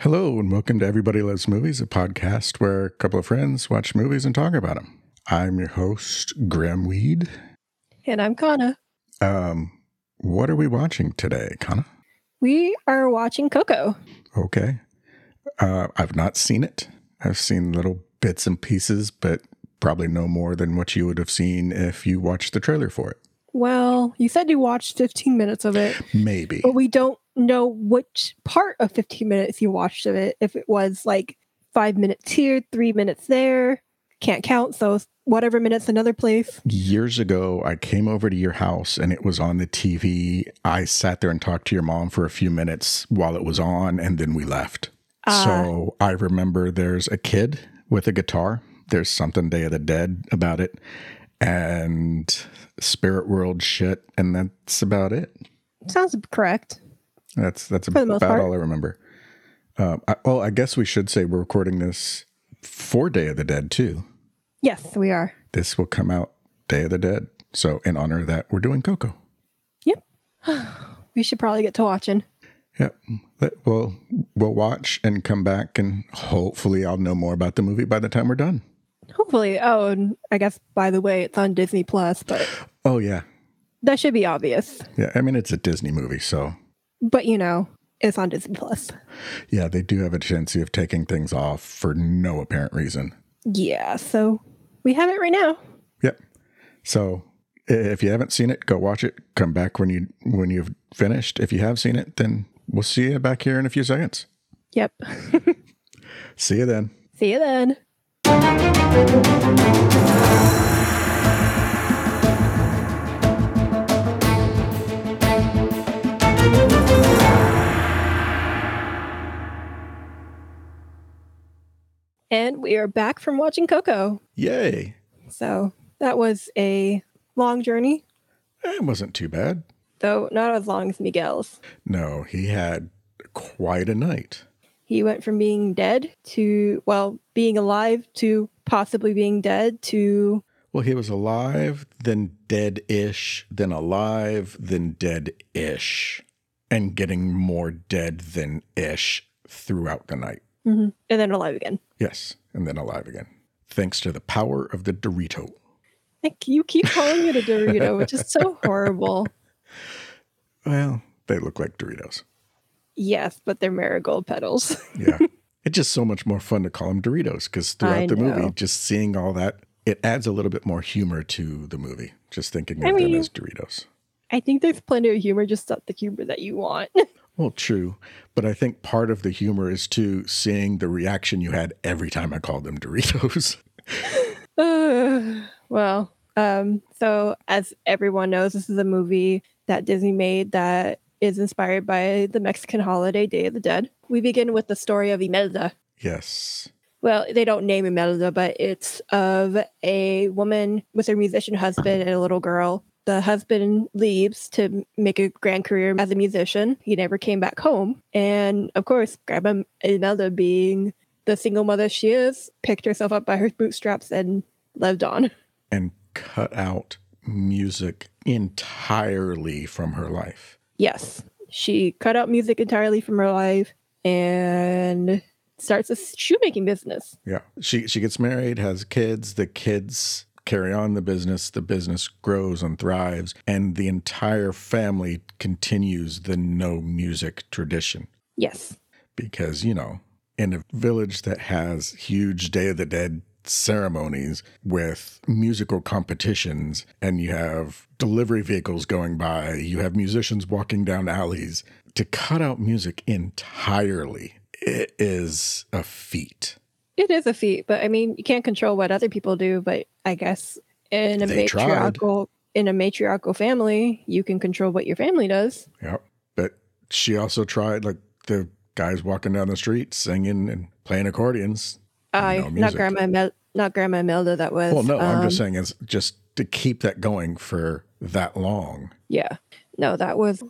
Hello, and welcome to Everybody Loves Movies, a podcast where a couple of friends watch movies and talk about them. I'm your host, Graham Weed. And I'm Kana. Um, what are we watching today, Kana? We are watching Coco. Okay. Uh, I've not seen it. I've seen little bits and pieces, but probably no more than what you would have seen if you watched the trailer for it. Well, you said you watched 15 minutes of it, Maybe. but we don't know which part of 15 minutes you watched of it. If it was like five minutes here, three minutes there, can't count. So whatever minutes another place. Years ago, I came over to your house and it was on the TV. I sat there and talked to your mom for a few minutes while it was on, and then we left. Uh, so I remember there's a kid with a guitar. There's something Day of the Dead about it, and Spirit World shit, and that's about it. sounds correct. That's that's For the most about part. all I remember. Um, I, oh, I guess we should say we're recording this for Day of the Dead too. Yes, we are. This will come out Day of the Dead. So in honor of that, we're doing Coco. We should probably get to watching. Yep. Let- We'll we'll watch and come back, and hopefully, I'll know more about the movie by the time we're done. Hopefully. Oh, and I guess by the way, it's on Disney Plus, but Oh yeah, that should be obvious. yeah. I mean, it's a Disney movie, so But you know, it's on Disney Plus. yeah, they do have a tendency of taking things off for no apparent reason. Yeah, so we have it right now. Yep. So i- if you haven't seen it, go watch it. Come back when you when you've finished. If you have seen it, then we'll see you back here in a few seconds. Yep. See you then. See you then. And we are back from watching Coco. Yay! So that was a long journey, It wasn't too bad. though not as long as Miguel's. No, he had quite a night. He went from being dead to, well, being alive to possibly being dead to, Well, he was alive, then dead ish, then alive, then dead ish, and getting more dead than ish throughout the night. mm-hmm, and then alive again. Yes, and then alive again. Thanks to the power of the Dorito. Like you keep calling it a Dorito, which is so horrible. Well, they look like Doritos. Yes, but they're marigold petals. Yeah. it's just so much more fun to call them Doritos because I throughout the movie, know. just seeing all that, it adds a little bit more humor to the movie, just thinking I of them mean- as Doritos. I think there's plenty of humor, just not the humor that you want. Well, true. But I think part of the humor is to seeing the reaction you had every time I called them Doritos. Uh, well, um, so as everyone knows, this is a movie that Disney made that is inspired by the Mexican holiday Day of the Dead. We begin with the story of Imelda. yes. Well, they don't name Imelda, but it's of a woman with her musician husband and a little girl. The husband leaves to make a grand career as a musician. He never came back home. And of course, Grandma Imelda, being the single mother she is, picked herself up by her bootstraps and lived on. And cut out music entirely from her life. Yes, she cut out music entirely from her life and starts a shoemaking business. Yeah. She she gets married, has kids, the kids carry on the business, the business grows and thrives, and the entire family continues the no music tradition. Yes. because you know in a village that has huge day of the dead ceremonies with musical competitions and you have delivery vehicles going by you have musicians walking down alleys to cut out music entirely it is a feat It is a feat, but I mean, you can't control what other people do. But I guess in a They tried. matriarchal in a matriarchal family, you can control what your family does. Yep. But she also tried like the guys walking down the street singing and playing accordions I not music. grandma, Mel- not grandma Imelda. That was. well no i'm um, just saying it's just to keep that going for that long Yeah, no, that was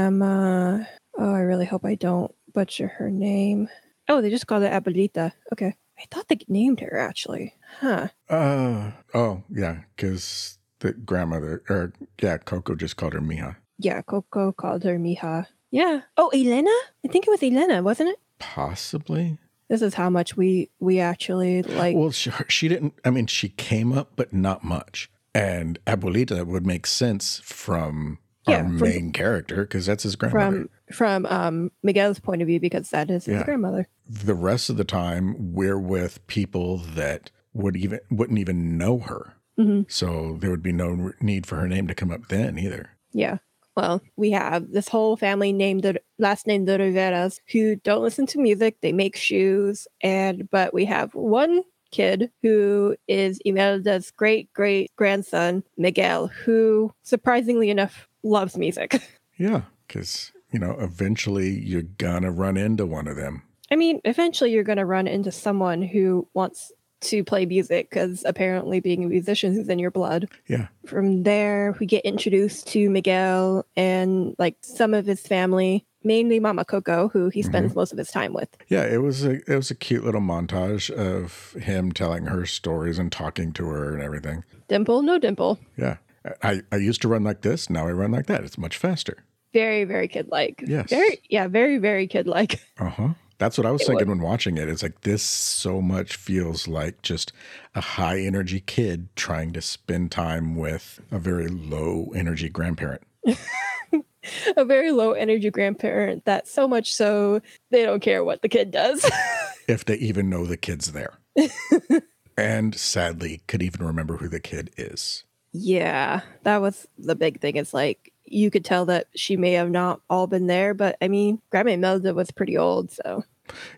grandma. Oh, I really hope I don't butcher her name. Oh, they just called it Abuelita. Okay, I thought they named her actually. Huh. Uh oh yeah, because the grandmother or yeah, Coco just called her Mija. Yeah, Coco called her Mija. Yeah. Oh, Elena. I think it was Elena, wasn't it? Possibly. This is how much we we actually like. Well, she, she didn't. I mean, she came up, but not much. And Abuelita would make sense from Yeah, our from- main character because that's his grandmother. from from um Miguel's point of view because that is his Yeah. grandmother. the rest of the time, we're with people that would even wouldn't even know her. Mhm. So there would be no need for her name to come up then either. Yeah. Well, we have this whole family named the last name the Riveras who don't listen to music. They make shoes, and but we have one kid who is Imelda's great great grandson Miguel, who surprisingly enough loves music. Yeah, because you know, eventually you're gonna run into one of them. I mean, eventually you're going to run into someone who wants to play music because apparently being a musician is in your blood. Yeah. From there, we get introduced to Miguel and like some of his family, mainly Mama Coco, who Mm-hmm. he spends most of his time with. Yeah, it was a it was a cute little montage of him telling her stories and talking to her and everything. Dimple, no dimple. Yeah. I, I used to run like this, now I run like that. It's much faster. Very, very kid like. Yes. Very, yeah, very, very kid like. Uh huh. That's what I was It thinking when watching it. It's like this so much feels like just a high energy kid trying to spend time with a very low energy grandparent. a very low energy grandparent that so much so they don't care what the kid does. if they even know the kid's there. and sadly, could even remember who the kid is. Yeah, that was the big thing. It's like you could tell that she may have not all been there, but I mean, Grandma Imelda was pretty old, so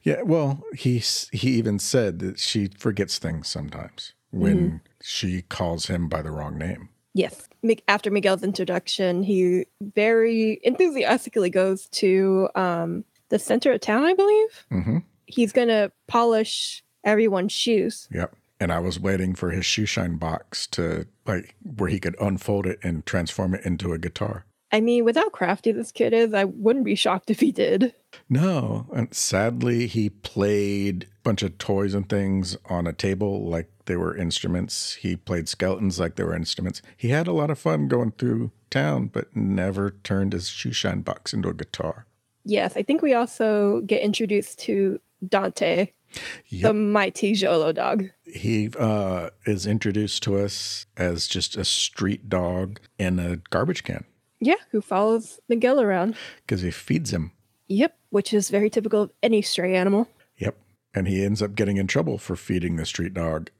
Yeah, well, he s- he even said that she forgets things sometimes when she calls him by the wrong name. yes. Mi- After Miguel's introduction, he very enthusiastically goes to um, the center of town, I believe. hmm He's gonna polish everyone's shoes. Yep. And I was waiting for his shoe shine box to like where he could unfold it and transform it into a guitar. I mean, with how crafty this kid is, I wouldn't be shocked if he did. No, and sadly, he played a bunch of toys and things on a table like they were instruments. He played skeletons like they were instruments. He had a lot of fun going through town, but never turned his shoe shine box into a guitar. Yes, I think we also get introduced to Dante, the Yep. mighty Jolo dog. he uh, is introduced to us as just a street dog in a garbage can Yeah, who follows Miguel around. because he feeds him. Yep, which is very typical of any stray animal. Yep. And he ends up getting in trouble for feeding the street dog.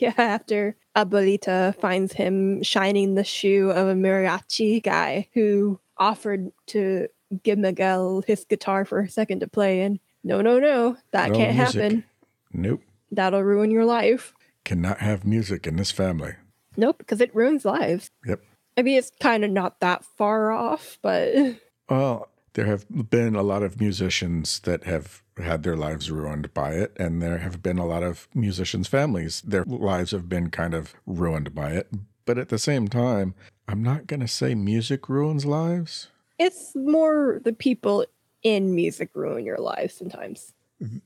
yeah, after Abuelita finds him shining the shoe of a mariachi guy who offered to give Miguel his guitar for a second to play in. No, no, no, that No can't music. happen. Nope. That'll ruin your life. Cannot have music in this family. Nope, because it ruins lives. Yep. I mean, it's kind of not that far off, but Well, there have been a lot of musicians that have had their lives ruined by it, and there have been a lot of musicians' families. Their lives have been kind of ruined by it. But at the same time, I'm not going to say music ruins lives. it's more the people in music ruin your lives sometimes.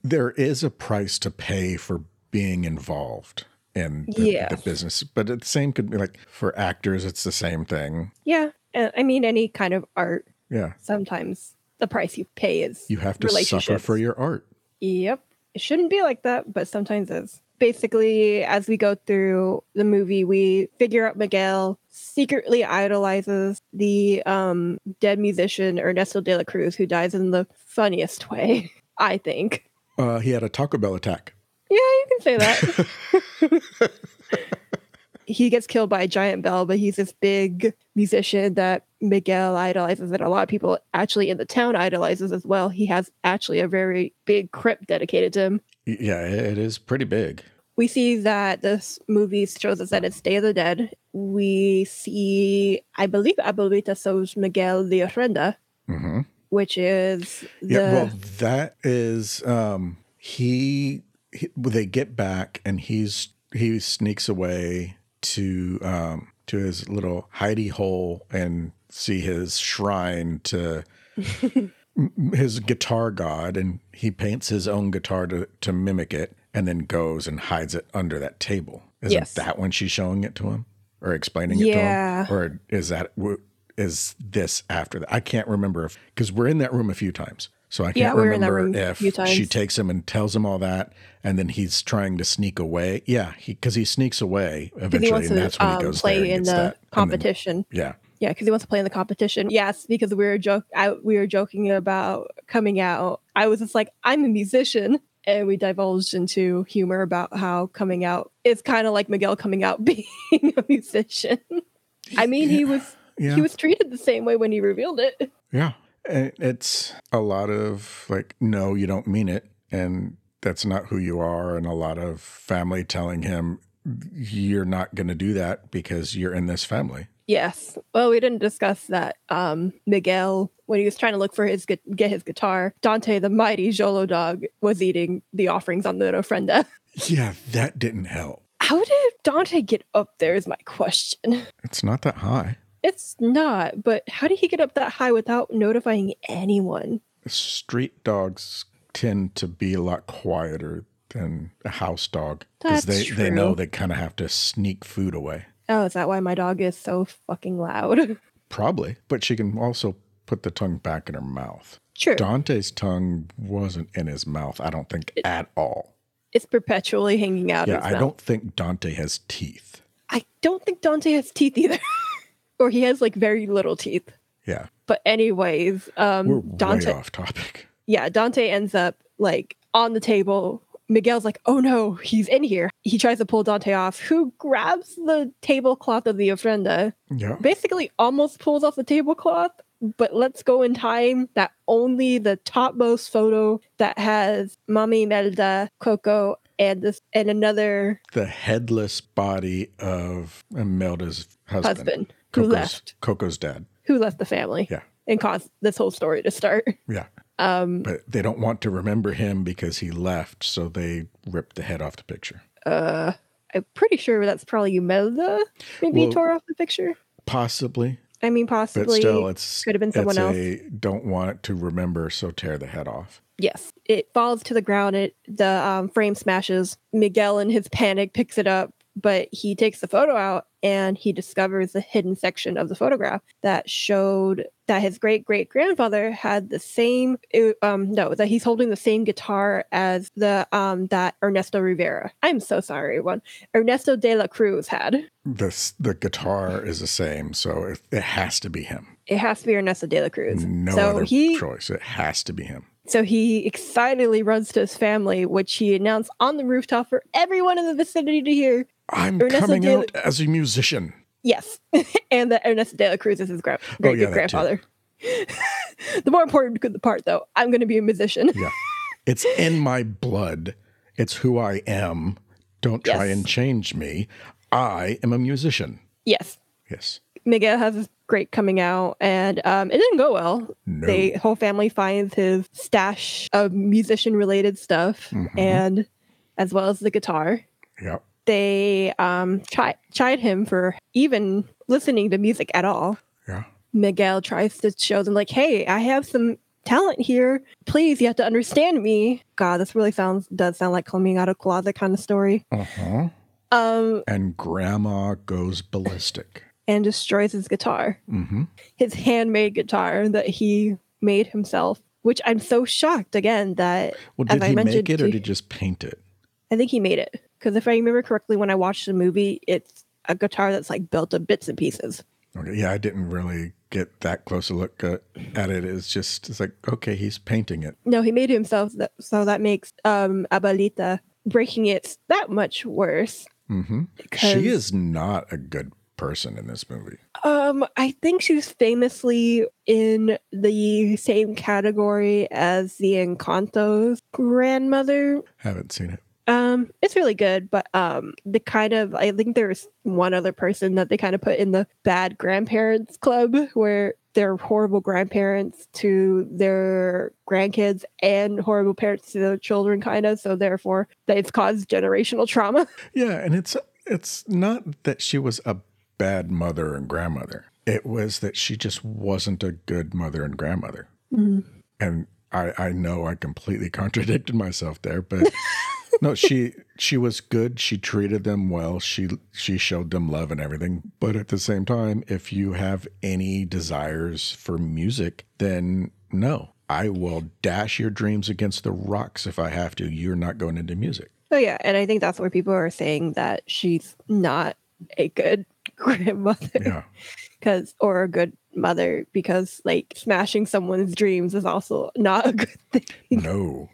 There is a price to pay for being involved in the, Yeah. the business, but the same could be like for actors, it's the same thing. Yeah, uh, I mean, any kind of art Yeah. sometimes the price you pay is You have to suffer Relationships. for your art. yep it shouldn't be like that but sometimes it's basically as we go through the movie we figure out miguel secretly idolizes the um dead musician ernesto de la cruz who dies in the funniest way i think Uh, he had a Taco Bell attack. yeah you can say that he gets killed by a giant bell but he's this big musician that miguel idolizes and a lot of people actually in the town idolizes as well he has actually a very big crypt dedicated to him Y- Yeah, it is pretty big. we see that this movie shows us that it's Day of the Dead. We see, I believe, Abuelita Sos Miguel de Ofrenda, hmm which is the. Yeah, well, that is um he, he they get back and he's he sneaks away to um to his little hidey hole and see his shrine to m- his guitar god and he paints his own guitar to, to mimic it and then goes and hides it under that table. Isn't Yes. that when she's showing it to him or explaining it Yeah. to him? Or is that wh- is this after that? I can't remember if because we're in that room a few times. So I can't Yeah, we were in that remember room a if few she times. takes him and tells him all that, and then he's trying to sneak away. Yeah, because he, sneaks away Because eventually, he wants and to that's when um, he goes there play and in gets that. the And then- competition. yeah, yeah, because he wants to play in the competition. Yes, because we were joke. I, we were joking about coming out. I was just like, I'm a musician, and we divulged into humor about how coming out is kind of like Miguel coming out being a musician. I mean, he was yeah, he was treated the same way when he revealed it. yeah. And it's a lot of like, no, you don't mean it, and that's not who you are, and a lot of family telling him you're not going to do that because you're in this family. Yes. Well, we didn't discuss that. Um, Miguel, when he was trying to look for his gu- get his guitar, Dante the mighty Jolo dog was eating the offerings on the ofrenda. Yeah, that didn't help. How did Dante get up there? Is my question. It's not that high. It's not, but how did he get up that high without notifying anyone? street dogs tend to be a lot quieter than a house dog because they, That's they know true. they kind of have to sneak food away. Oh, is that why my dog is so fucking loud? Probably, but she can also put the tongue back in her mouth. Sure. Dante's tongue wasn't in his mouth, I don't think, at all. It's perpetually hanging out. Yeah, his I mouth. don't think Dante has teeth. I don't think Dante has teeth either. or he has like very little teeth. Yeah, But anyways, um we're Dante way off topic. yeah, Dante ends up like on the table. Miguel's like, oh no, he's in here. He tries to pull Dante off, who grabs the tablecloth of the ofrenda Yeah. basically almost pulls off the tablecloth but let's go in time that only the topmost photo that has mommy melda coco and this and another The headless body of Imelda's husband. husband, who Coco's, left Coco's dad. who left the family Yeah. and caused this whole story to start Yeah. um but they don't want to remember him because he left, so they ripped the head off the picture. uh i'm pretty sure that's probably Imelda. maybe Well- tore off the picture Possibly, i mean but possibly still, it's could have been someone it's else. A, don't want to remember, so tear the head off. Yes, it falls to the ground. It the um, frame smashes. Miguel, in his panic, picks it up, but he takes the photo out and he discovers the hidden section of the photograph that showed that his great great grandfather had the same. it- Um, no, that he's holding the same guitar as the um that Ernesto Rivera. I'm so sorry, one Ernesto de la Cruz had. The s- the guitar is the same, so it, it has to be him. It has to be Ernesto de la Cruz. No so other he choice. It has to be him. So he excitedly runs to his family, which he announced on the rooftop for everyone in the vicinity to hear. I'm Ernesto coming de la- out as a musician. Yes, and that Ernesto de la Cruz is his gra- great Oh, yeah, that too. good grandfather. the more important good- part, though, I'm going to be a musician. It's in my blood. It's who I am. Don't try Yes. and change me. I am a musician. Yes, Yes. Miguel has his great coming out, and um, it didn't go well. No. The whole family finds his stash of musician-related stuff, Mhm. and as well as the guitar. yeah. They um, chi- chide him for even listening to music at all. Yeah. Miguel tries to show them, like, hey, I have some talent here. Please, you have to understand me. God, this really sounds does sound like coming out of closet kind of story. Uh huh. Um, and grandma goes ballistic. and destroys his guitar, Mm-hmm. his handmade guitar that he made himself. Which I'm so shocked again that Well, As did I he make mentioned it or to- did he just paint it? I think he made it. Because if I remember correctly, when I watched the movie, it's a guitar that's like built of bits and pieces. Okay, yeah, I didn't really get that close a look at, at it. It's just it's like okay, he's painting it. No, he made it himself. That, so that makes um, Abuelita breaking it that much worse. hmm because- She is not a good person in this movie. Um, I think she's famously in the same category as the Encanto's grandmother. Haven't seen it. Um, it's really good, but um, the kind of I think there's one other person that they kind of put in the bad grandparents club where they're horrible grandparents to their grandkids and horrible parents to their children, kind of. So therefore, that it's caused generational trauma. Yeah, and it's it's not that she was a bad mother and grandmother. It was that she just wasn't a good mother and grandmother. and I, I know I completely contradicted myself there, but no, she she was good. She treated them well. She she showed them love and everything. But at the same time, if you have any desires for music, then no, I will dash your dreams against the rocks if I have to. You're not going into music. Oh yeah, and I think that's where people are saying that she's not a good grandmother Yeah. because or a good mother because like smashing someone's dreams is also not a good thing. No.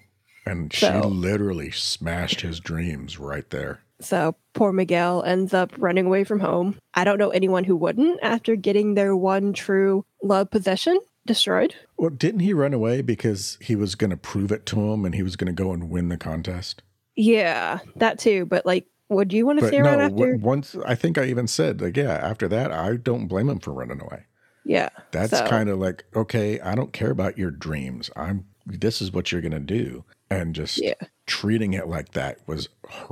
And she So- literally smashed his dreams right there. So poor Miguel ends up running away from home. I don't know anyone who wouldn't after getting their one true love possession destroyed. Well, didn't he run away because he was going to prove it to him and he was going to go and win the contest? Yeah, that too. But like, would you want to But stay around no, after? w- once I think I even said, like, yeah, after that, I don't blame him for running away. yeah. That's So- kind of like, okay, I don't care about your dreams. I'm this is what you're going to do. And just Yeah. treating it like that was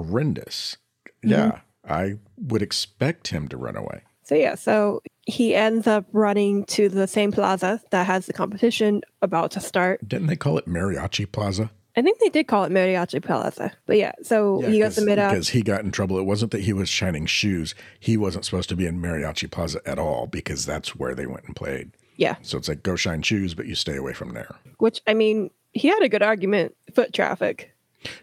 horrendous. Mm-hmm. Yeah. I would expect him to run away. So yeah, so he ends up running to the same plaza that has the competition about to start. Didn't they call it Mariachi Plaza? I think they did call it Mariachi Plaza. But yeah, so he goes to mid up. because he got in trouble. It wasn't that he was shining shoes. He wasn't supposed to be in Mariachi Plaza at all because that's where they went and played. Yeah. So it's like go shine shoes, but you stay away from there. Which I mean, he had a good argument, foot traffic.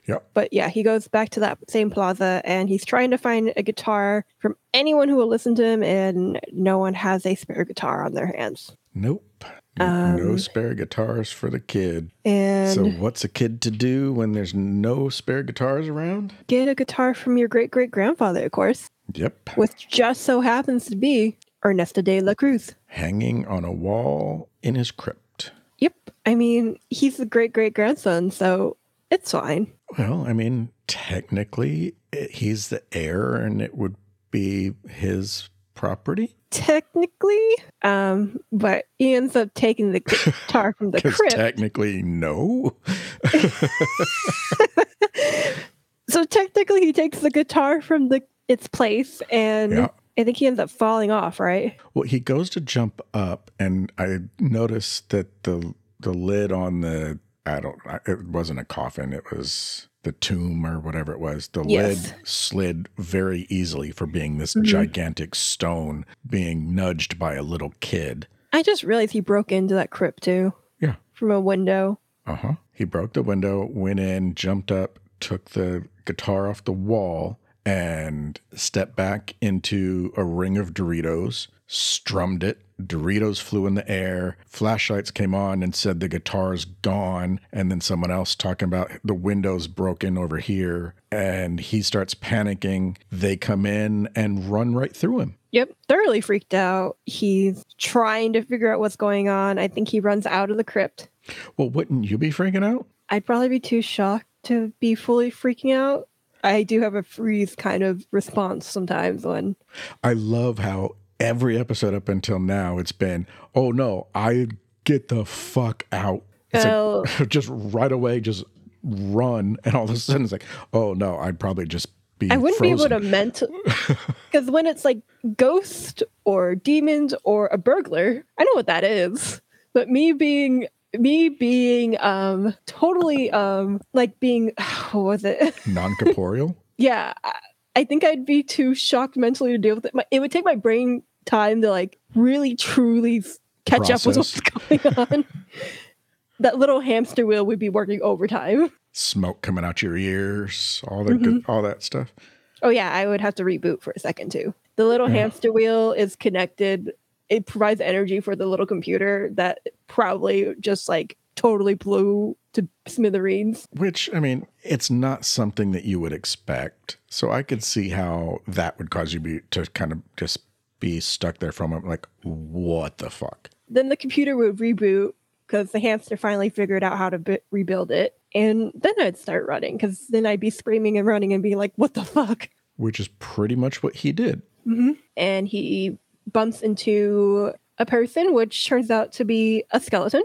Yep. But yeah, he goes back to that same plaza and he's trying to find a guitar from anyone who will listen to him, and no one has a spare guitar on their hands. Nope. no Um, spare guitars for the kid. And so what's a kid to do when there's no spare guitars around? get a guitar from your great great grandfather, of course, Yep. which just so happens to be Ernesto de la Cruz. Hanging on a wall in his crypt. Yep. I mean, he's the great great grandson, so it's fine. Well, I mean, technically, it, he's the heir and it would be his property. Technically, um, but he ends up taking the guitar from the Because crypt. technically, no. so technically he takes the guitar from the its place and Yeah. I think he ends up falling off, right? Well, he goes to jump up, and I noticed that the the lid on the I don't I- it wasn't a coffin, it was the tomb or whatever it was. The Yes. lid slid very easily for being this Mhm. gigantic stone being nudged by a little kid. I just realized he broke into that crypt too. Yeah. From a window. Uh huh. He broke the window, went in, jumped up, took the guitar off the wall, and stepped back into a ring of Doritos, strummed it. Doritos flew in the air. Flashlights came on and said the guitar's gone. And then someone else talking about the window's broken over here. And he starts panicking. They come in and run right through him. Yep. Thoroughly freaked out. He's trying to figure out what's going on. I think he runs out of the crypt. Well, wouldn't you be freaking out? I'd probably be too shocked to be fully freaking out. I do have a freeze kind of response sometimes when I love how every episode up until now it's been, oh no, I get the fuck out. It's oh, like just right away, just run, and all of a sudden it's like, oh no, I'd probably just be. I wouldn't frozen. be able to mental because when it's like ghosts or demons or a burglar, I know what that is. But me being me being um totally um like being what was it? non corporeal. yeah, I, I think I'd be too shocked mentally to deal with it. My, it would take my brain time to like really truly f- catch up with what's going on. that little hamster wheel would be working overtime. Smoke coming out your ears, all that Mm-hmm. good, all that stuff. Oh yeah, I would have to reboot for a second too. The little Yeah. hamster wheel is connected. It provides energy for the little computer that probably just like totally blew to smithereens. Which I mean, it's not something that you would expect. So I could see how that would cause you be, to kind of just be stuck there for a moment, like, what the fuck? Then the computer would reboot because the hamster finally figured out how to b- rebuild it. And then I'd start running because then I'd be screaming and running and being like, what the fuck? Which is pretty much what he did. And he bumps into a person, which turns out to be a skeleton.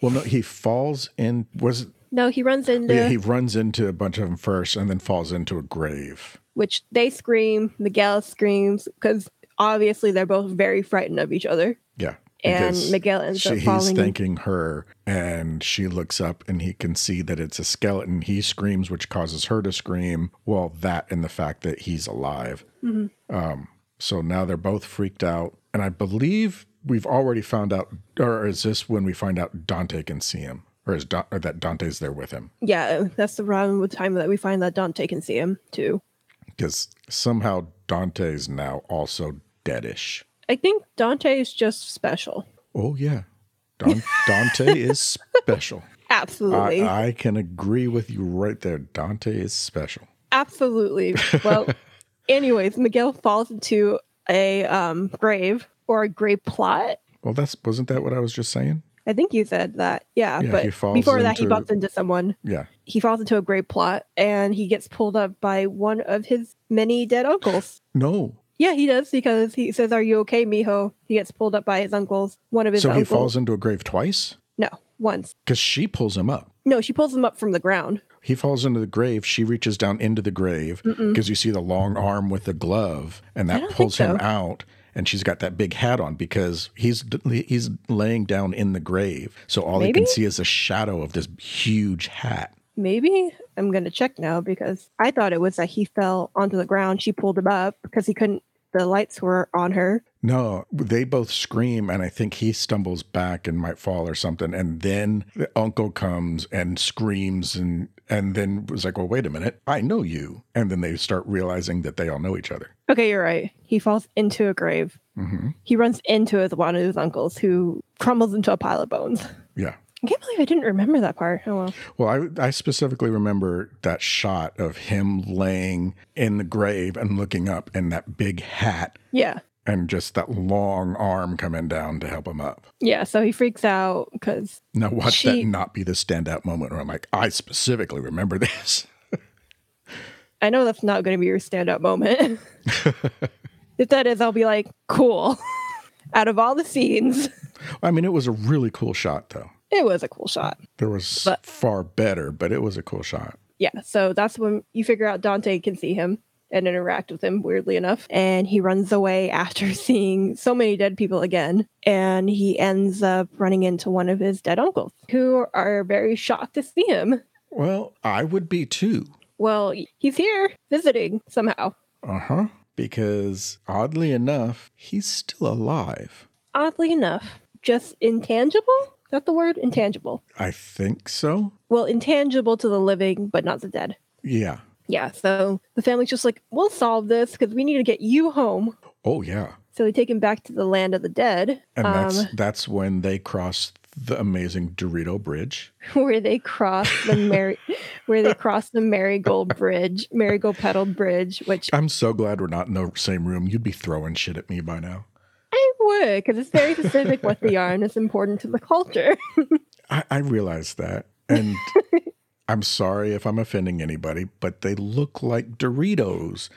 Well, no, he falls in. Was No, he runs into. Oh, yeah, he runs into a bunch of them first, and then falls into a grave. which they scream, Miguel screams, because obviously they're both very frightened of each other. Yeah, And because Miguel ends she- up he's falling. in- thanking her, and she looks up, and he can see that it's a skeleton. He screams, which causes her to scream. Well, that and the fact that he's alive. Mm-hmm. Um, so now they're both freaked out, and I believe we've already found out, or is this when we find out Dante can see him? or is da- or that Dante's there with him Yeah, that's the problem with time that we find that Dante can see him too. because somehow Dante's now also deadish. I think Dante is just special. Oh yeah, Don- Dante is special. Absolutely. I, I can agree with you right there. Dante is special. Absolutely. Well, anyways, Miguel falls into a um, grave or a grave plot. Well, that's wasn't that what I was just saying? I think you said that. Yeah, Yeah, but he falls before that, he into- bumps into someone. Yeah, He falls into a grave plot and he gets pulled up by one of his many dead uncles. no. Yeah, he does because he says, Are you okay, mijo? He gets pulled up by his uncles. One of his so he uncles. falls into a grave twice No, once. because she pulls him up. No, she pulls him up from the ground. He falls into the grave. She reaches down into the grave because you see the long arm with the glove, and that don't think pulls him so. out. And she's got that big hat on because he's he's laying down in the grave, so all he Maybe? can see is the shadow of this huge hat. Maybe I'm gonna check now because I thought it was that he fell onto the ground. She pulled him up because he couldn't. The lights were on her. No, they both scream, and I think he stumbles back and might fall or something. And then the uncle comes and screams, and and then was like, "Well, wait a minute, I know you." And then they start realizing that they all know each other. Okay, you're right. He falls into a grave. hmm He runs into his- one of his uncles, who crumbles into a pile of bones. Yeah. I can't believe I didn't remember that part. Oh well. Well, I, I specifically remember that shot of him laying in the grave and looking up, and that big hat Yeah, and just that long arm coming down to help him up. yeah. So he freaks out because Now, watch She- that not be the standout moment where I'm like, I specifically remember this. I know that's not going to be your standout moment. if that is, I'll be like, cool. Out of all the scenes, I mean, it was a really cool shot, though. it was a cool shot. There was But- far better, but it was a cool shot. yeah, so that's when you figure out Dante can see him and interact with him, weirdly enough. And he runs away after seeing so many dead people again. And he ends up running into one of his dead uncles who are very shocked to see him. Well, I would be too. Well, he's here visiting somehow. Uh huh. Because oddly enough, he's still alive. Oddly enough, just intangible? Is that the word? Intangible. I think so. Well, intangible to the living, but not the dead. Yeah. Yeah, so the family's just like, we'll solve this because we need to get you home. Oh, yeah. So they take him back to the land of the dead. And um, that's that's when they cross the amazing Dorito Bridge. where they cross the Mary, where they cross the Marigold Bridge, Marigold Petal Bridge, which I'm so glad we're not in the same room. You'd be throwing shit at me by now. I would because it's very specific what they are and it's important to the culture. I, I realize that. And I'm sorry if I'm offending anybody, but they look like Doritos.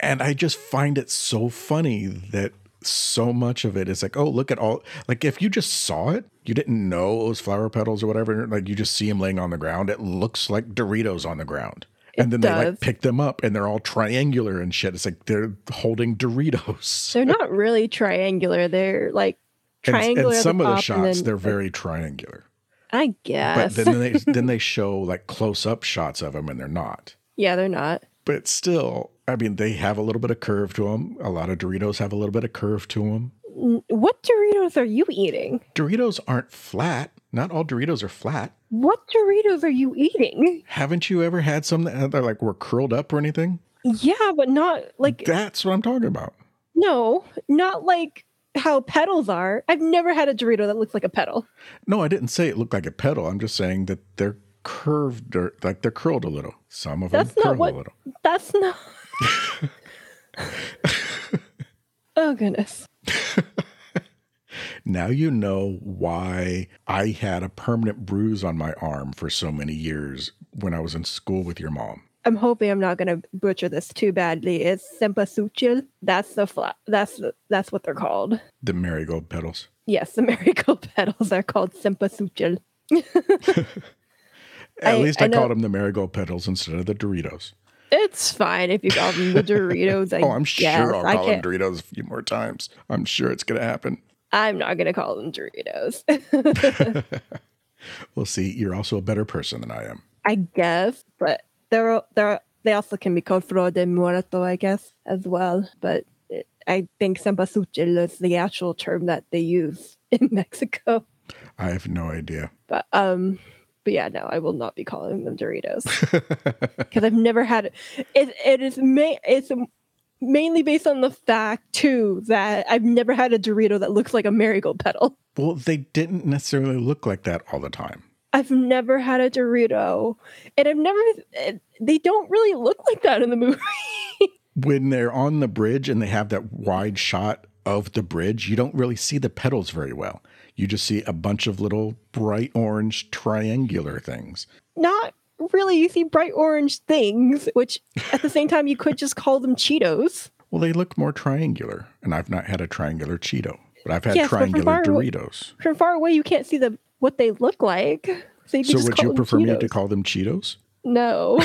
and I just find it so funny that so much of it is like, oh, look at all. Like, if you just saw it, you didn't know it was flower petals or whatever. Like, you just see them laying on the ground. It looks like Doritos on the ground. and then It they does. like pick them up and they're all triangular and shit. It's like they're holding Doritos. They're not really triangular; they're like And- triangular. and, at some the of the top and shots, then- they're very triangular. I But guess. then they then they show like close up shots of them, and they're not. yeah, they're not. But still, I mean, they have a little bit of curve to them. A lot of Doritos have a little bit of curve to them. N- What Doritos are you eating? Doritos aren't flat. Not all Doritos are flat. What Doritos are you eating? Haven't you ever had some that are like were curled up or anything? Yeah, but not like That's what I'm talking about. no, not like how petals are. I've never had a Dorito that looks like a petal. No, I didn't say it looked like a petal. I'm just saying that they're curved or like they're curled a little. Some of That's them not curl what- a little. That's not. oh goodness. Now you know why I had a permanent bruise on my arm for so many years when I was in school with your mom. I'm hoping I'm not going to butcher this too badly. It's sempasuchil. That's the fla- that's the, that's what they're called. The marigold petals. Yes, the marigold petals are called sempasuchil. At I- least I I, know- called them the marigold petals instead of the Doritos. It's fine if you call them the Doritos. I Oh, I'm guess. sure I'll I call them can't- Doritos a few more times. I'm sure it's going to happen. I'm not going to call them Doritos. We'll see. You're also a better person than I am. I guess, but they're they're they also can be called flor de muerto, I guess, as well. But it, I think sempasuchil is the actual term that they use in Mexico. I have no idea. But um, but yeah, no, I will not be calling them Doritos because I've never had it. It, it is ma- it's mainly based on the fact too that I've never had a Dorito that looks like a marigold petal. well, they didn't necessarily look like that all the time. I've never had a Dorito, and I've never. eh, They don't really look like that in the movie. When they're on the bridge and they have that wide shot of the bridge, you don't really see the petals very well. You just see a bunch of little bright orange triangular things. Not really. You see bright orange things, which at the same time you could just call them Cheetos. Well, they look more triangular, and I've not had a triangular Cheeto, but I've had Yes, but from triangular far away- Doritos. From far away, you can't see the what they look like. So, you So, can just would call you them prefer me to Cheetos. call them Cheetos? No.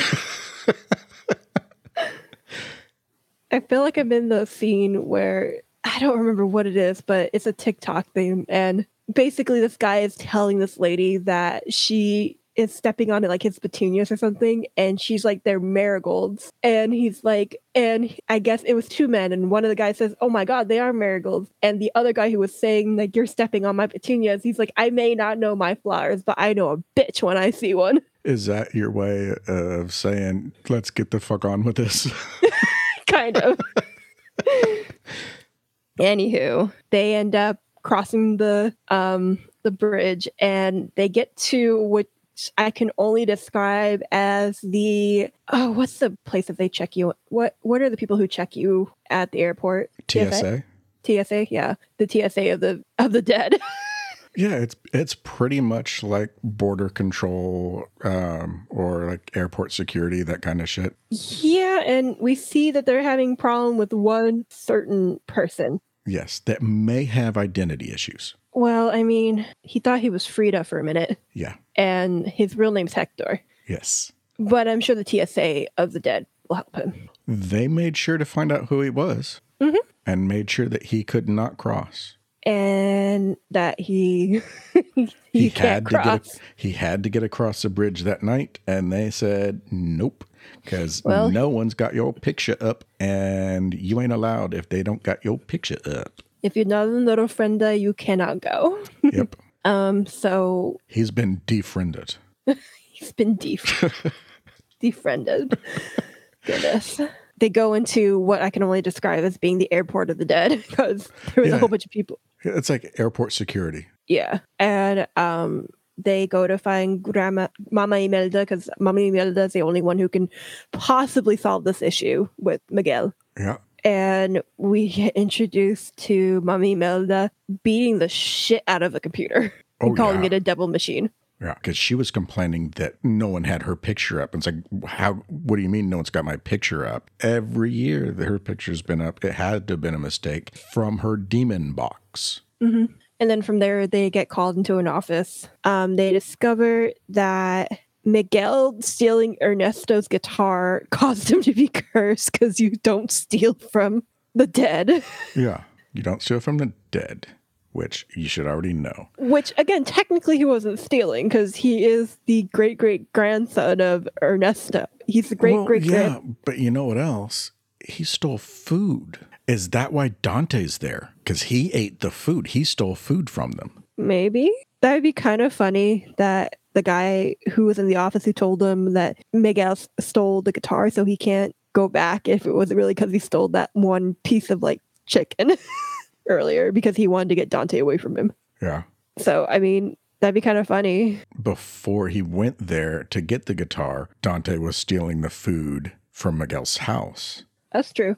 I feel like I'm in the scene where I don't remember what it is, but it's a TikTok thing. And basically, this guy is telling this lady that she is stepping on it like his petunias or something. And she's like, they're marigolds. And he's like, and I guess it was two men. And one of the guys says, oh my God, they are marigolds. And the other guy who was saying, like, you're stepping on my petunias, he's like, I may not know my flowers, but I know a bitch when I see one. Is that your way of saying, let's get the fuck on with this? kind of. Anywho, they end up crossing the um the bridge and they get to which I can only describe as the oh, what's the place that they check you? What what are the people who check you at the airport? TSA? TSA, yeah, the TSA of the of the dead. Yeah, it's it's pretty much like border control um, or like airport security, that kind of shit. yeah, and we see that they're having problem with one certain person. Yes, that may have identity issues. Well, I mean, he thought he was Frida for a minute, Yeah. and his real name's Hector. Yes. but I'm sure the TSA of the dead will help him. They made sure to find out who he was Mhm. and made sure that he could not cross. And that he he, can't to cross. get he had to get across the bridge that night, and they said nope because Well- no one's got your picture up, and you ain't allowed if they don't got your picture up. if you're not in little frienda, you cannot go. yep, Um, so he's been defriended. he's been def- defriended. Goodness. They go into what I can only describe as being the airport of the dead because there was Yeah. a whole bunch of people. It's like airport security. Yeah. And um they go to find grandma Mama Imelda because Mama Imelda is the only one who can possibly solve this issue with Miguel. Yeah, and we get introduced to Mummy Melda beating the shit out of a computer and Oh, calling yeah. it a double machine. yeah. Because she was complaining that no one had her picture up. It's like, how? What do you mean no one's got my picture up? Every year that her picture's been up, it had to have been a mistake from her demon box. And then from there, they get called into an office. Um, they discover that Miguel stealing Ernesto's guitar caused him to be cursed because you don't steal from the dead, Yeah. You don't steal from the dead, which you should already know. which again, technically, he wasn't stealing because he is the great great grandson of Ernesto. He's the great great grand. but you know what else? He stole food. Is that why Dante's there? Because he ate the food. He stole food from them. Maybe. That would be kind of funny that the guy who was in the office who told him that Miguel s- stole the guitar so he can't go back if it was really because he stole that one piece of like chicken earlier because he wanted to get Dante away from him. Yeah. So, I mean, that'd be kind of funny. Before he went there to get the guitar, Dante was stealing the food from Miguel's house. That's true.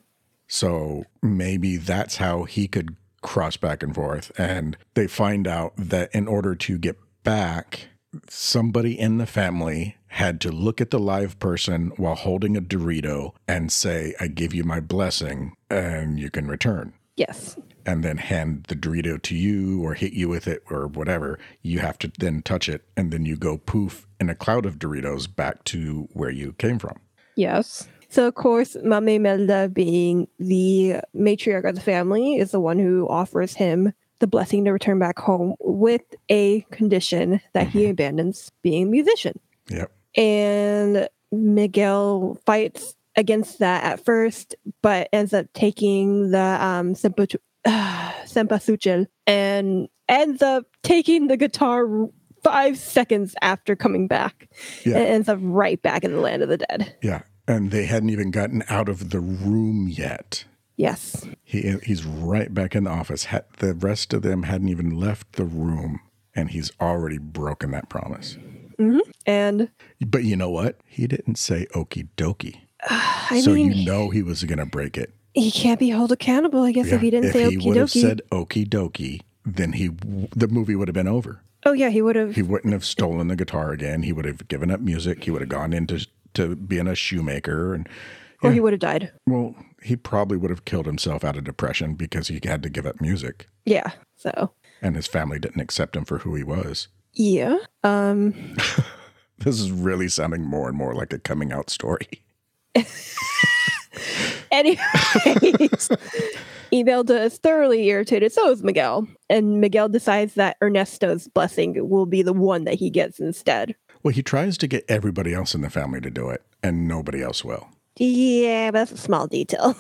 So maybe that's how he could cross back and forth. And they find out that in order to get back, somebody in the family had to look at the live person while holding a Dorito and say, I give you my blessing and you can return. Yes. And then hand the Dorito to you or hit you with it or whatever. You have to then touch it. And then you go poof in a cloud of Doritos back to where you came from. Yes. So, of course, Mame Melda, being the matriarch of the family, is the one who offers him the blessing to return back home with a condition that he abandons being a musician. Mm-hmm. Yep. And Miguel fights against that at first, but ends up taking the um, simple uh, Sempa Suchil, and ends up taking the guitar five seconds after coming back. Yeah. It ends up right back in the land of the dead. Yeah. And they hadn't even gotten out of the room yet. Yes. He he's right back in the office. Ha- The rest of them hadn't even left the room, and he's already broken that promise. And But you know what? He didn't say okie dokie, I so mean, you know he was going to break it. he can't be held accountable, I guess, Yeah. if he didn't say he okie would have dokie. said okie dokie, then he w- the movie would have been over. oh, yeah, he would have. He wouldn't have stolen the guitar again. He would have given up music. He would have gone into to being a shoemaker, and Or he would have died. well, he probably would have killed himself out of depression because he had to give up music, Yeah. So, and his family didn't accept him for who he was. yeah. Um, This is really sounding more and more like a coming out story. Anyways, Imelda is thoroughly irritated. So is Miguel. And Miguel decides that Ernesto's blessing will be the one that he gets instead. Well, he tries to get everybody else in the family to do it, and nobody else will. Yeah, but that's a small detail.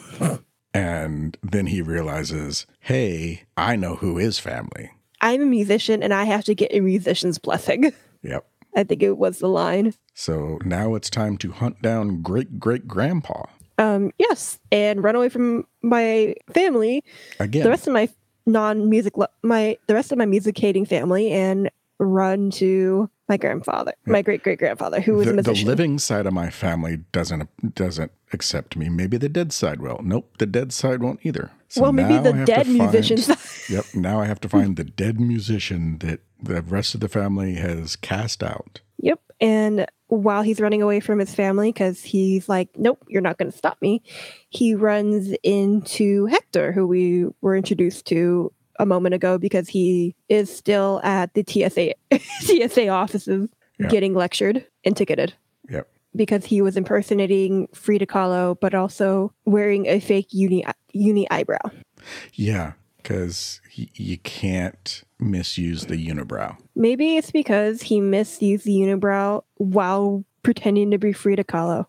And then he realizes, hey, I know who is family. I'm a musician and I have to get a musician's blessing. Yep. I think it was the line. So now it's time to hunt down great great grandpa Um, yes, and run away from my family, the again. rest of my non-music, lo- my the rest of my musicating family, and run to my grandfather, my great great grandfather, who was the, a the musician. living side of my family doesn't doesn't accept me. Maybe the dead side will. Nope, the dead side won't either. So well, maybe now I the have to dead find- musicians. Yep. Now I have to find the dead musician that the rest of the family has cast out. Yep. And while he's running away from his family, because he's like, nope, you're not going to stop me, he runs into Hector, who we were introduced to a moment ago because he is still at the TSA, TSA offices Yeah. getting lectured and ticketed. Yep. Because he was impersonating Frida Kahlo, but also wearing a fake uni, uni eyebrow. Yeah, because you can't misuse the unibrow. Maybe it's because he misused the unibrow while pretending to be Frida Kahlo.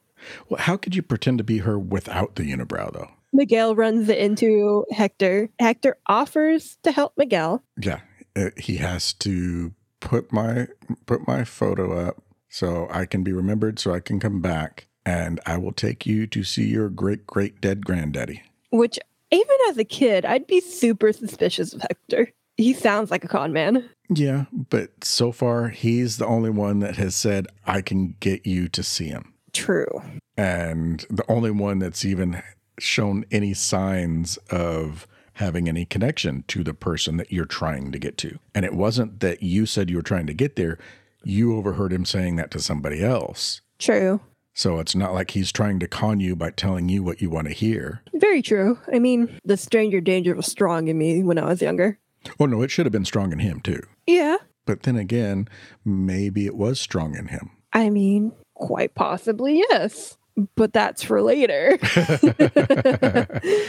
Well, how could you pretend to be her without the unibrow, though? Miguel runs into Hector. Hector offers to help Miguel. Yeah, uh, he has to put my put my photo up so I can be remembered, so I can come back, and I will take you to see your great great dead granddaddy. Which, even as a kid, I'd be super suspicious of Hector. He sounds like a con man. Yeah, but so far he's the only one that has said I can get you to see him. True. and the only one that's even shown any signs of having any connection to the person that you're trying to get to. And it wasn't that you said you were trying to get there, you overheard him saying that to somebody else. True. So it's not like he's trying to con you by telling you what you want to hear. Very true. I mean, the stranger danger was strong in me when I was younger. Oh no, it should have been strong in him too. Yeah. But then again, maybe it was strong in him. I mean, quite possibly, yes. But that's for later.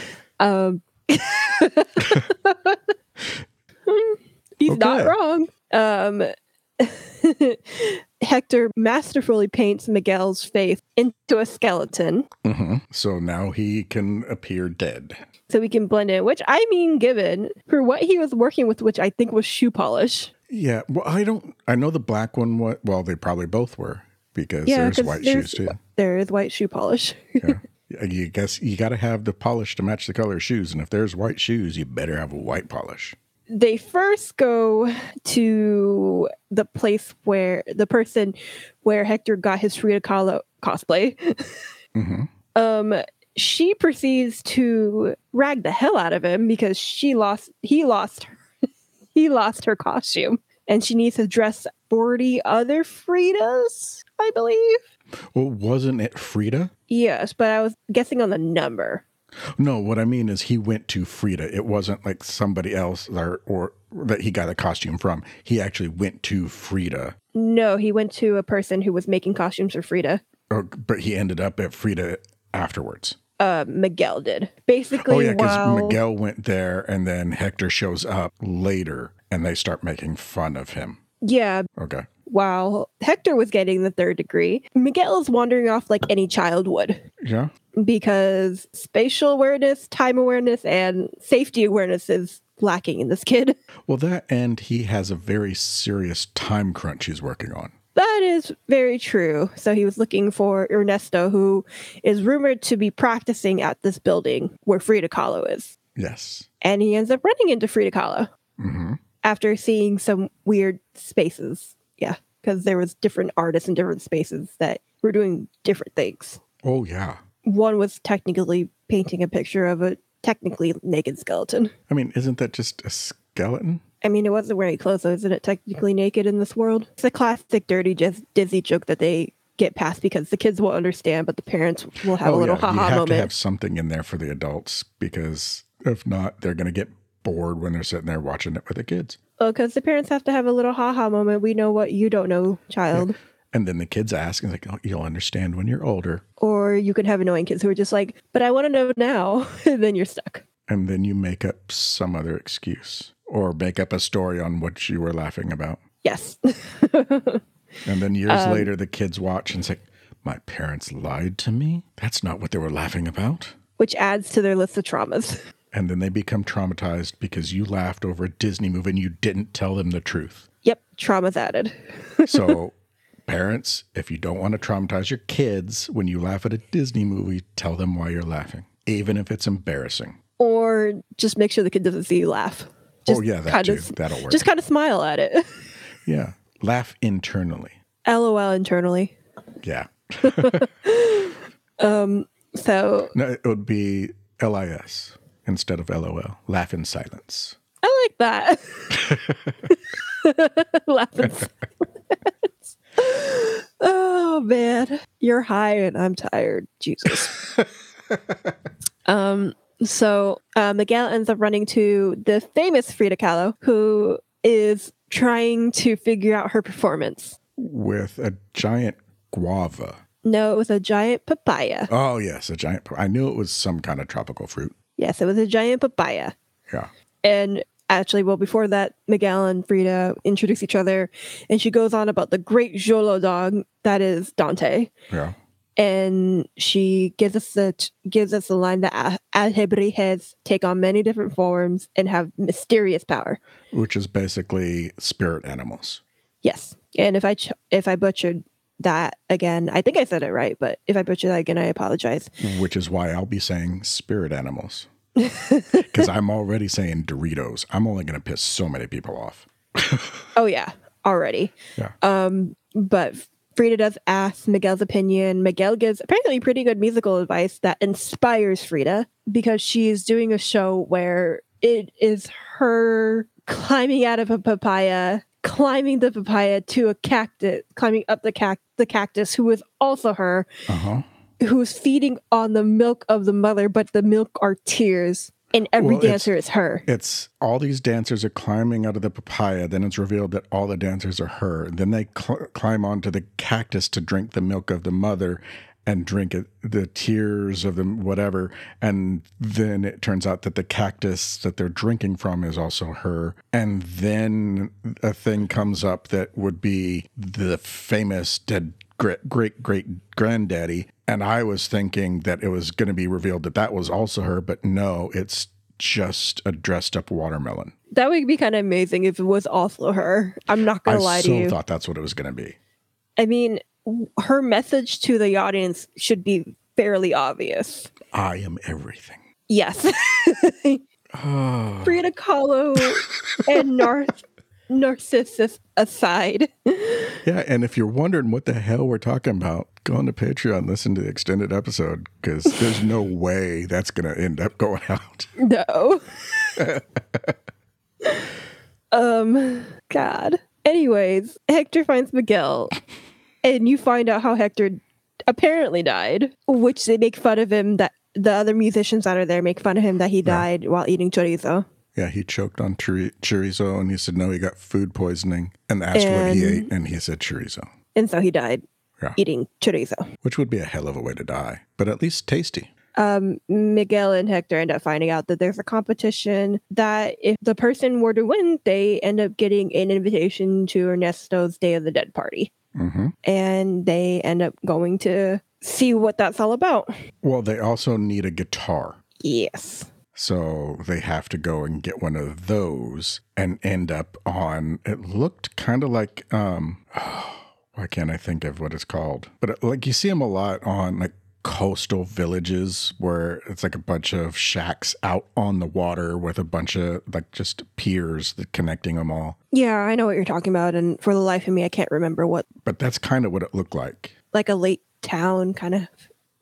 um, he's not Okay. wrong. Um, Hector masterfully paints Miguel's face into a skeleton hmm So now he can appear dead. so we can blend in, which I mean, given for what he was working with, which I think was shoe polish. Yeah. Well, I don't. I know the black one. was Well, they probably both were because Yeah, there's 'cause white there's- shoes too. There is white shoe polish. Yeah. you guess you got to have the polish to match the color of shoes, and if there's white shoes, you better have a white polish. they first go to the place where the person where Hector got his Frida Kahlo cosplay. hmm Um, she proceeds to rag the hell out of him because she lost. He lost. he lost her costume, and she needs to dress forty other Fridas, I believe. Well, wasn't it Frida? Yes, but I was guessing on the number. No, what I mean is he went to Frida. It wasn't like somebody else or, or that he got a costume from. He actually went to Frida, No, he went to a person who was making costumes for Frida. or, Oh, but he ended up at Frida afterwards. Uh, Miguel did basically. Oh yeah, because while- Miguel went there, and then Hector shows up later, and they start making fun of him. Yeah, Okay. while Hector was getting the third degree, Miguel is wandering off like any child would. Yeah. because spatial awareness, time awareness, and safety awareness is lacking in this kid. Well, that and he has a very serious time crunch he's working on. That is very true. So he was looking for Ernesto, who is rumored to be practicing at this building where Frida Kahlo is. Yes. And he ends up running into Frida Kahlo hmm after seeing some weird spaces. Yeah, because there was different artists in different spaces that were doing different things. Oh, yeah. One was technically painting a picture of a technically naked skeleton. I mean, isn't that just a skeleton? I mean, it wasn't wearing clothes, so isn't it technically naked in this world? It's a classic dirty, just dizzy joke that they get past because the kids won't understand, but the parents will have oh, a little yeah. ha You ha have moment. to have something in there for the adults because if not, they're going to get bored when they're sitting there watching it with the kids. because Oh, the parents have to have a little ha ha moment. We know what you don't know, child. And then the kids ask, and it's like, oh, you'll understand when you're older. Or you can have annoying kids who are just like, but I want to know now. and then you're stuck. And then you make up some other excuse or make up a story on what you were laughing about. Yes. And then years Um, later, the kids watch and say, My parents lied to me. That's not what they were laughing about. Which adds to their list of traumas. And then they become traumatized because you laughed over a Disney movie and you didn't tell them the truth. yep, traumas added. So, parents, if you don't want to traumatize your kids when you laugh at a Disney movie, tell them why you're laughing, even if it's embarrassing. Or just make sure the kid doesn't see you laugh. oh, Just yeah, that kind too. of- That'll work. Just kind of smile at it. yeah. Laugh internally. LOL internally. Yeah. So No, it would be LIS instead of LOL. Laugh in silence. I like that. Laughing. silence. oh man, you're high and I'm tired. Jesus. um. So uh, Miguel ends up running to the famous Frida Kahlo, who is trying to figure out her performance. with a giant guava. No, it was a giant papaya. Oh, yes, a giant. I knew it was some kind of tropical fruit. Yes, it was a giant papaya. Yeah. And actually, well, before that, Miguel and Frida introduce each other, and she goes on about the great Jolo dog that is Dante, Yeah. and she gives us the gives us the line that Alhebri heads take on many different forms and have mysterious power. Which is basically spirit animals. Yes, and if I ch- if I butchered that again, I think I said it right, but if I butchered that again, I apologize. Which is why I'll be saying spirit animals. Because I'm already saying Doritos. I'm only going to piss so many people off. Oh yeah, already. Yeah. Um, but Frida does ask Miguel's opinion. Miguel gives apparently pretty good musical advice that inspires Frida because she is doing a show where it is her climbing out of a papaya, climbing the papaya to a cactus, climbing up the cac- the cactus, who is also her, Uh huh. who's feeding on the milk of the mother, but the milk are tears, and every Well, it's- dancer is her. It's all these dancers are climbing out of the papaya. Then it's revealed that all the dancers are her. Then they cl- climb onto the cactus to drink the milk of the mother and drink it, the tears of the whatever. And then it turns out that the cactus that they're drinking from is also her. And then a thing comes up that would be the famous dead great great great granddaddy. And I was thinking that it was going to be revealed that that was also her, but no, it's just a dressed up watermelon. That would be kind of amazing if it was also her. I'm not I gonna lie so to you. thought that's what it was going to be. I mean, w- her message to the audience should be fairly obvious. I am everything. Yes, Oh, Frida Kahlo and Nar- Narcissus aside. yeah. And if you're wondering what the hell we're talking about, go on to Patreon, listen to the extended episode because there's no way that's going to end up going out. No. um, God. Anyways, Hector finds Miguel, and you find out how Hector apparently died, which they make fun of him that the other musicians that are there make fun of him that he died while eating chorizo. Yeah, he choked on chori- chorizo and he said, no, he got food poisoning and asked what he ate. And- And he said chorizo, And so he died Yeah. eating chorizo. which would be a hell of a way to die, but at least tasty. Um, Miguel and Hector end up finding out that there's a competition that if the person were to win, they end up getting an invitation to Ernesto's Day of the Dead party. Mm-hmm. and they end up going to see what that's all about. Well, they also need a guitar. Yes. So they have to go and get one of those and end up on it looked kind of like um why can't I think of what it's called? But uh, like you see them a lot on like coastal villages where it's like a bunch of shacks out on the water with a bunch of like just piers that connecting them all. Yeah, I know what you're talking about. And for the life of me, I can't remember what, But that's kind of what it looked like. like a lake town kind of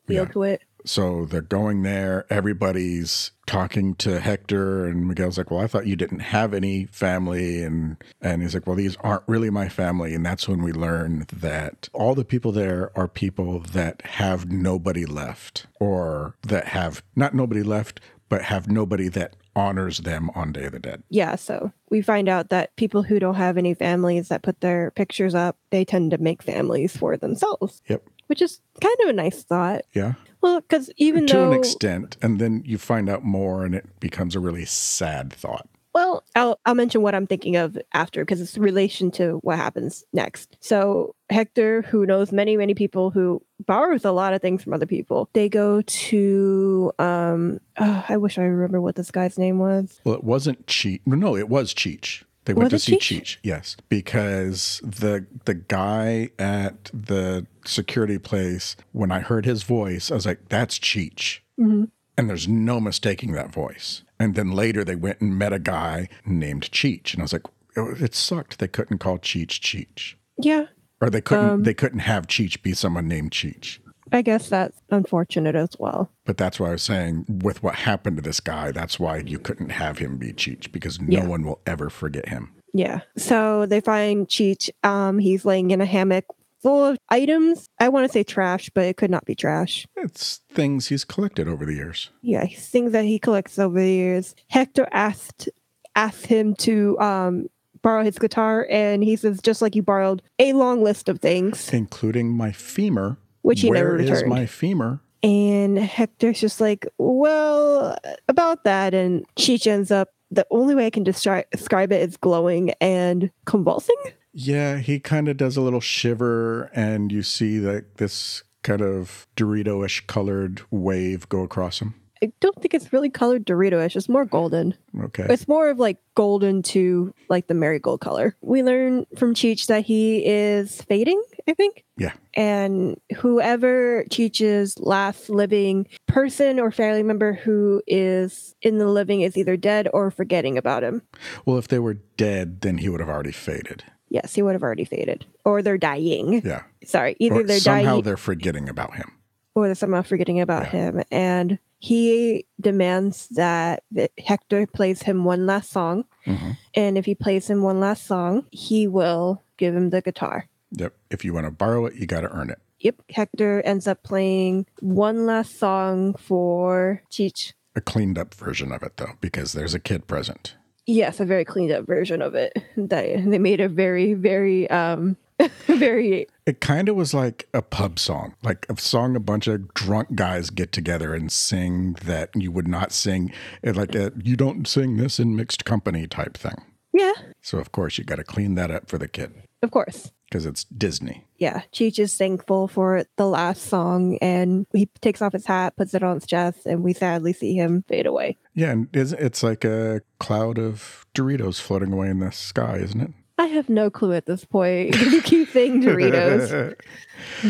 feel Yeah. to it. So they're going there. Everybody's talking to Hector, and Miguel's like, "Well, I thought you didn't have any family," and and he's like, "Well, these aren't really my family." And that's when we learn that all the people there are people that have nobody left, or that have not nobody left, but have nobody that honors them on Day of the Dead. Yeah, so we find out that people who don't have any families that put their pictures up, they tend to make families for themselves. Yep. Which is kind of a nice thought. Yeah, Well, because even to though, an extent, and then you find out more, and it becomes a really sad thought. well, I'll, I'll mention what I'm thinking of after because it's relation to what happens next. So Hector, who knows many, many people who borrows a lot of things from other people, they go to, um, oh, I wish I remember what this guy's name was. Well, it wasn't Cheech. No, it was Cheech. They went Was to it see Cheech? Cheech? Yes, because the the guy at the security place, when I heard his voice, I was like, "That's Cheech," Mm-hmm. and there's no mistaking that voice. And then later they went and met a guy named Cheech, and I was like, "Oh, "It, it sucked they couldn't call Cheech Cheech, Yeah, or they couldn't Um, they couldn't have Cheech be someone named Cheech." I guess that's unfortunate as well. But that's why I was saying with what happened to this guy, that's why you couldn't have him be Cheech because no Yeah. one will ever forget him. Yeah. So they find Cheech. Um, he's laying in a hammock full of items. I want to say trash, but it could not be trash. It's things he's collected over the years. Yeah, things that he collects over the years. Hector asked asked him to um borrow his guitar, and he says just like you borrowed a long list of things, Including my femur. which he never Where is returned. my femur? And Hector's just like, well, about that, and Cheech ends up. The only way I can destri- describe it is glowing and convulsing. Yeah, he kind of does a little shiver, and you see like this kind of Dorito ish colored wave go across him. I don't think it's really colored Dorito-ish. It's more golden. Okay. It's more of like golden to like the marigold color. We learn from Cheech that he is fading, I think. Yeah. And whoever Cheech's last living person or family member who is in the living is either dead or forgetting about him. well, if they were dead, then he would have already faded. Yes, he would have already faded. Or they're dying. Yeah. Sorry, either Or they're somehow dying they're forgetting about him. or they're somehow forgetting about him. And he demands that that Hector plays him one last song. Mhm. And if he plays him one last song, he will give him the guitar. Yep. If you want to borrow it, you got to earn it. Yep. Hector ends up playing one last song for Cheech. A cleaned up version of it, though, because there's a kid present. Yes, a very cleaned up version of it. They, they made a very, very, um, very, It kind of was like a pub song, like a song a bunch of drunk guys get together and sing that you would not sing, it like a, you don't sing this in mixed company type thing. yeah, So, of course, you got to clean that up for the kid of course. because it's Disney. Yeah, Cheech is thankful for the last song and he takes off his hat, puts it on his chest, and we sadly see him fade away. Yeah, and is, it's like a cloud of Doritos floating away in the sky, isn't it? I have no clue at this point. you keep saying Doritos,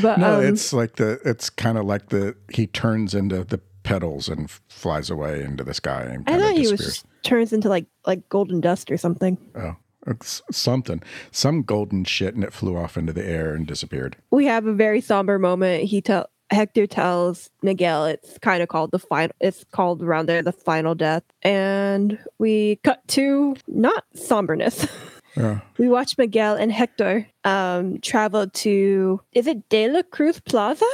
but no, um, it's like the, it's kind of like the, he turns into the petals and f- flies away into the sky and I kind of thought he disappears. was just turns into like like golden dust or something. Oh, it's something. Some golden shit, and it flew off into the air and disappeared. We have a very somber moment. He tell Hector tells Miguel it's kind of called the final. It's called around there the final death, and we cut to not somberness. Yeah. we watch Miguel and Hector um travel to is it De La Cruz Plaza?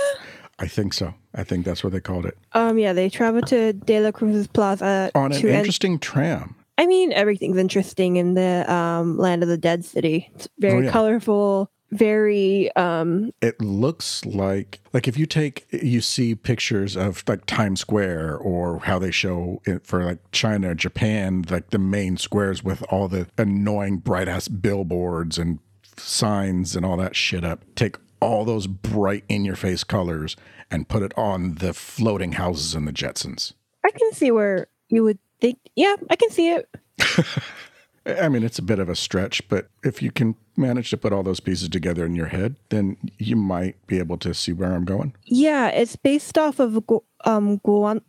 I think so. I think that's what they called it. Um, yeah, they travel to De La Cruz Plaza On an to en- interesting tram. I mean, everything's interesting in the um, land of the dead city. It's very Oh, yeah. colorful, very um, It looks like like if you take you see pictures of like Times Square or how they show it for like China or Japan, like the main squares with all the annoying bright ass billboards and signs and all that shit up. Take all those bright in your face colors and put it on the floating houses in the Jetsons. I can see where you would think. Yeah, I can see it. I mean, it's a bit of a stretch, but if you can manage to put all those pieces together in your head, then you might be able to see where I'm going. Yeah, it's based off of Gu- um, Guan-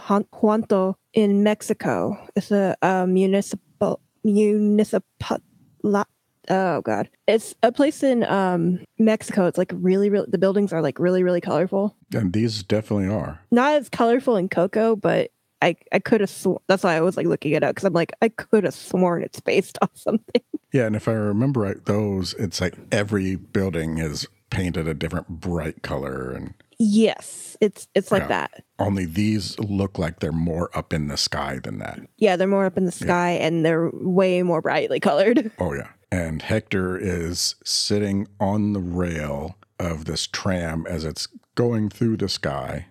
Guanajuato in Mexico. It's a uh, municipal municipal. la- Oh God, it's a place in um, Mexico. It's like really, really. The buildings are like really, really colorful. And these definitely are. Not as colorful in Coco, but I I could have. Sw- that's why I was like looking it up because I'm like I could have sworn it's based off something. Yeah, and if I remember right, those, it's like every building is painted a different bright color and Yes, it's it's like Yeah. that. only these look like they're more up in the sky than that. Yeah, they're more up in the sky and they're way more brightly colored. Oh, yeah. And Hector is sitting on the rail of this tram as it's going through the sky,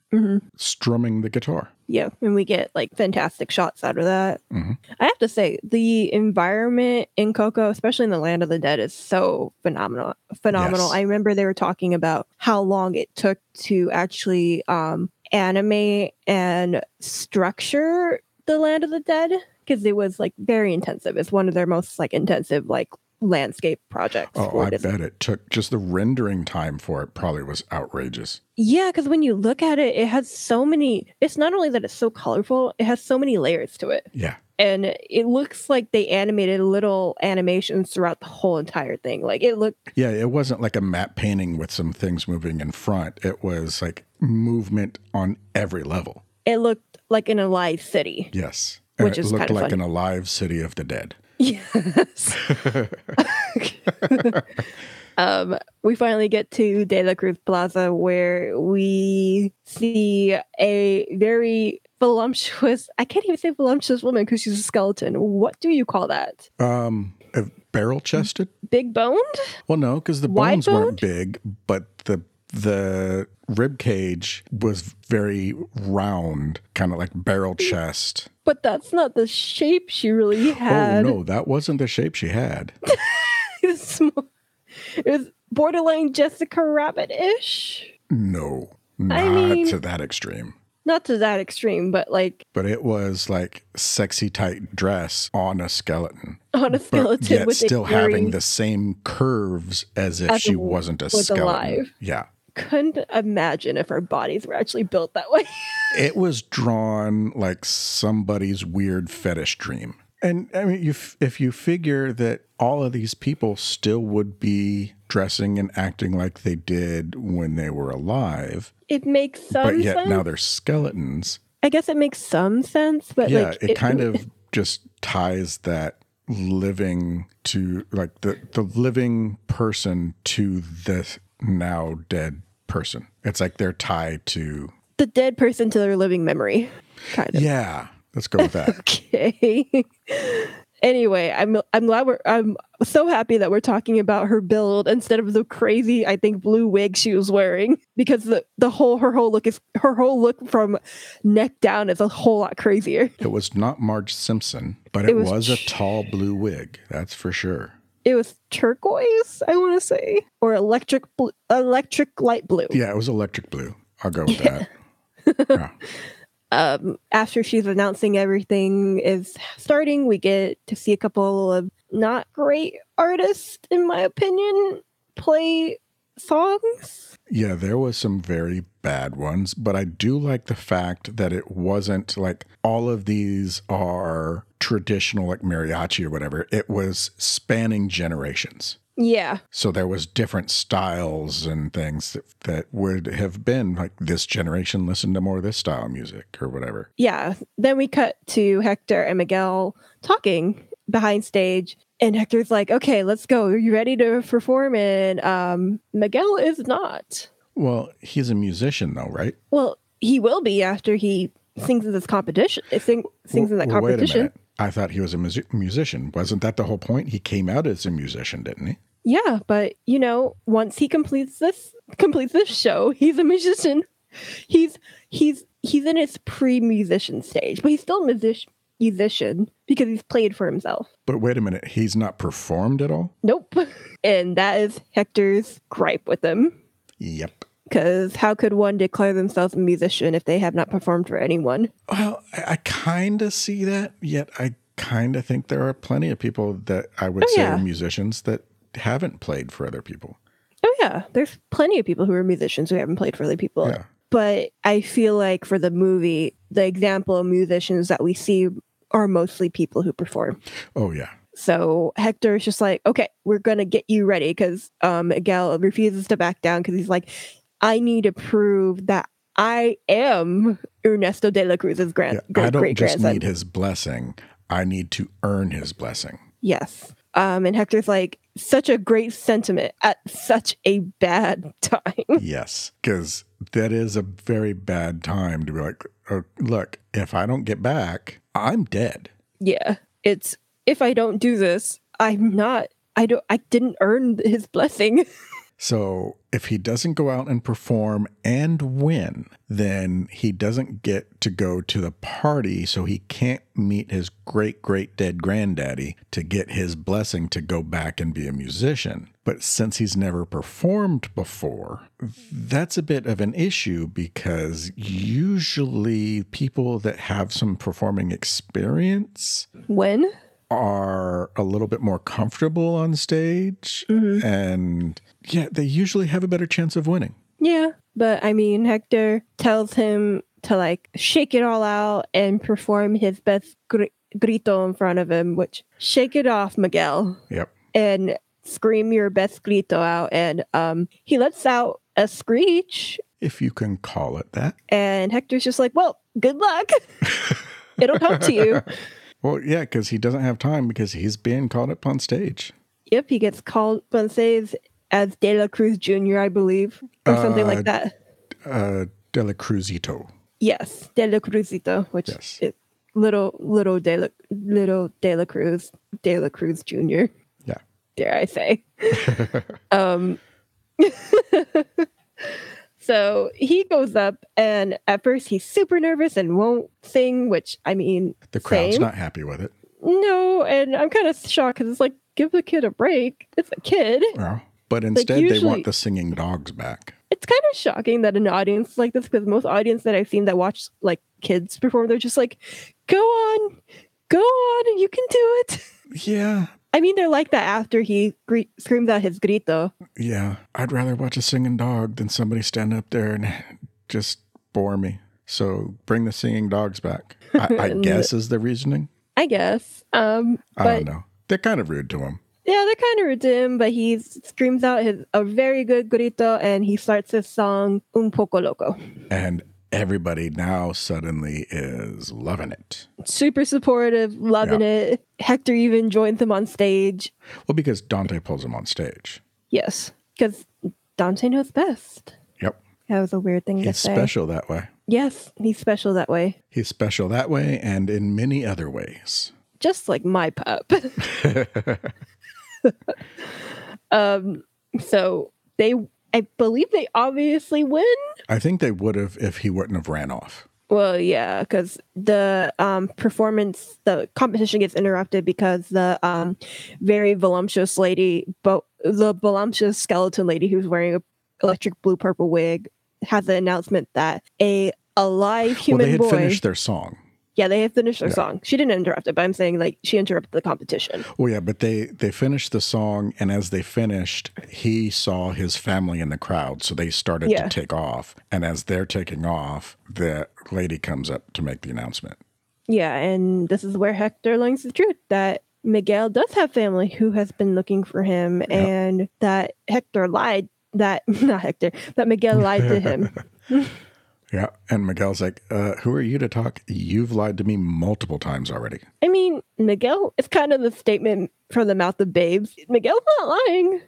strumming the guitar. Yeah, and we get like fantastic shots out of that. Mhm. I have to say, the environment in Coco, especially in the Land of the Dead, is so phenomenal. Phenomenal. Yes. I remember they were talking about how long it took to actually um, animate and structure the Land of the Dead because it was like very intensive. It's one of their most like intensive like landscape projects. Oh, for I Disney. bet it took just the rendering time for it probably was outrageous. Yeah, because when you look at it, it has so many. It's not only that it's so colorful, it has so many layers to it. Yeah. And it looks like they animated little animations throughout the whole entire thing. Like it looked, Yeah, it wasn't like a map painting with some things moving in front. It was like movement on every level. it looked like an alive city. Yes. Which it is looked kinda like fun. an alive city of the dead. Yes. um, we finally get to De La Cruz Plaza where we see a very voluptuous, I can't even say voluptuous woman because she's a skeleton. What do you call that? Um, barrel chested? Big boned? Well, no, because the Wide bones weren't big, but the the rib cage was very round, kind of like barrel chest. But that's not the shape she really had. Oh no, that wasn't the shape she had. It was small. It was borderline Jessica Rabbit ish. No, not I mean- to that extreme. Not to that extreme, but like But it was like sexy tight dress on a skeleton, on a but skeleton yet with still a having the same curves as if As she it wasn't a was skeleton. alive. Yeah. Couldn't imagine if our bodies were actually built that way. It was drawn like somebody's weird fetish dream. And I mean, you f- if you figure that all of these people still would be dressing and acting like they did when they were alive, It makes some but yet sense. now they're skeletons. I guess it makes some sense, but yeah, like it, kind of just ties that living to like the, the living person to the now dead person. It's like they're tied to, the dead person to their living memory. Kind of. yeah, let's go with that. Okay. anyway, I'm I'm glad we're I'm so happy that we're talking about her build instead of the crazy I think blue wig she was wearing because the the whole her whole look is her whole look from neck down is a whole lot crazier. It was not Marge Simpson, but it, It was, was a ch- tall blue wig. That's for sure. It was turquoise, I want to say, or electric blue, electric light blue. Yeah, it was electric blue. I'll go with that. Yeah. um, after she's announcing everything is starting, we get to see a couple of not great artists, in my opinion, play songs. Yeah, there was some very bad ones, but I do like the fact that it wasn't like all of these are traditional like mariachi or whatever. It was spanning generations. Yeah, So there was different styles and things that, that would have been like this generation listened to more of this style of music or whatever. yeah. Then we cut to Hector and Miguel talking behind stage, and Hector's like, "Okay, let's go. Are you ready to perform?" And um, Miguel is not. Well, he's a musician though, right? Well, he will be after he sings in this competition. Sing, sings in that Well, wait a competition. minute. I thought he was a mus- musician. Wasn't that the whole point? He came out as a musician, didn't he? Yeah, but you know, once he completes this completes this show, he's a musician. He's he's he's in his pre-musician stage, but he's still a musician musician because he's played for himself. But wait a minute, he's not performed at all? Nope. And that is Hector's gripe with him. Yep. Because how could one declare themselves a musician if they have not performed for anyone? Well, I, I kind of see that, yet I kind of think there are plenty of people that I would Oh, say are yeah. musicians that haven't played for other people. Oh, yeah. There's plenty of people who are musicians who haven't played for other people. yeah. But I feel like for the movie, the example of musicians that we see are mostly people who perform. Oh, yeah. So Hector is just like, okay, we're gonna get you ready because um, Miguel refuses to back down because he's like, I need to prove that I am Ernesto de la Cruz's grand, yeah. I don't uh, great just grandson. need his blessing, I need to earn his blessing. Yes. Um, and Hector's like, such a great sentiment at such a bad time. yes. Because that is a very bad time to be like, oh, look, if I don't get back, I'm dead. yeah, it's if I don't do this, I'm not. I don't. I didn't earn his blessing. So if he doesn't go out and perform and win, then he doesn't get to go to the party. So he can't meet his great, great dead granddaddy to get his blessing to go back and be a musician. But since he's never performed before, that's a bit of an issue because usually people that have some performing experience when? are a little bit more comfortable on stage Mm-hmm. and yeah they usually have a better chance of winning Yeah, but I mean, Hector tells him to like shake it all out and perform his best gr- grito in front of him, which shake it off, Miguel, yep and scream your best grito out. And um, he lets out a screech, if you can call it that and Hector's just like, "Well, good luck. It'll come to you." well yeah because he doesn't have time because he's being called up on stage Yep, he gets called on stage as De La Cruz Jr., I believe, or something Uh, like that. uh de la cruzito Yes, De La Cruzito, which Yes. is little little De La little De La Cruz De La Cruz Jr. Yeah. dare I say? um, so he goes up, and at first he's super nervous and won't sing. Which I mean, the crowd's same. not happy with it no, and I'm kind of shocked because it's like, give the kid a break. It's a kid. well, but instead they usually- want the singing dogs back it's kind of shocking that an audience like this because most audience that i've seen that watch like kids perform they're just like go on go on you can do it yeah i mean they're like that after he gre- screams out his grito yeah i'd rather watch a singing dog than somebody stand up there and just bore me so bring the singing dogs back i, I guess is the reasoning i guess um I but don't know. They're kind of rude to him. yeah they're kind of rude to him but he s- screams out his a very good grito and he starts his song un poco loco And everybody now suddenly is loving it. super supportive loving it hector even joins him on stage Well, because Dante pulls him on stage. yes because dante knows best Yep. that was a weird thing to He's say special that way. Yes, he's special that way, He's special that way and in many other ways. just like my pup. um, so they, I believe they obviously win. I think they would have if he wouldn't have ran off. Well, yeah, because the um, performance, the competition gets interrupted because the um, very voluptuous lady, bo- the voluptuous skeleton lady who's wearing a electric blue purple wig, has an announcement that a alive well, human they had boy. finished their song. yeah, they had finished their Yeah. song. She didn't interrupt it, but I'm saying like she interrupted the competition. Well, yeah, but they they finished the song, and as they finished, he saw his family in the crowd, so they started Yeah. to take off. And as they're taking off, the lady comes up to make the announcement. Yeah, and this is where Hector learns the truth that Miguel does have family who has been looking for him and that Hector lied that not Hector, that Miguel lied to him. Yeah. And Miguel's like, uh, who are you to talk? You've lied to me multiple times already. I mean, Miguel it's kind of the statement from the mouth of babes. Miguel's not lying.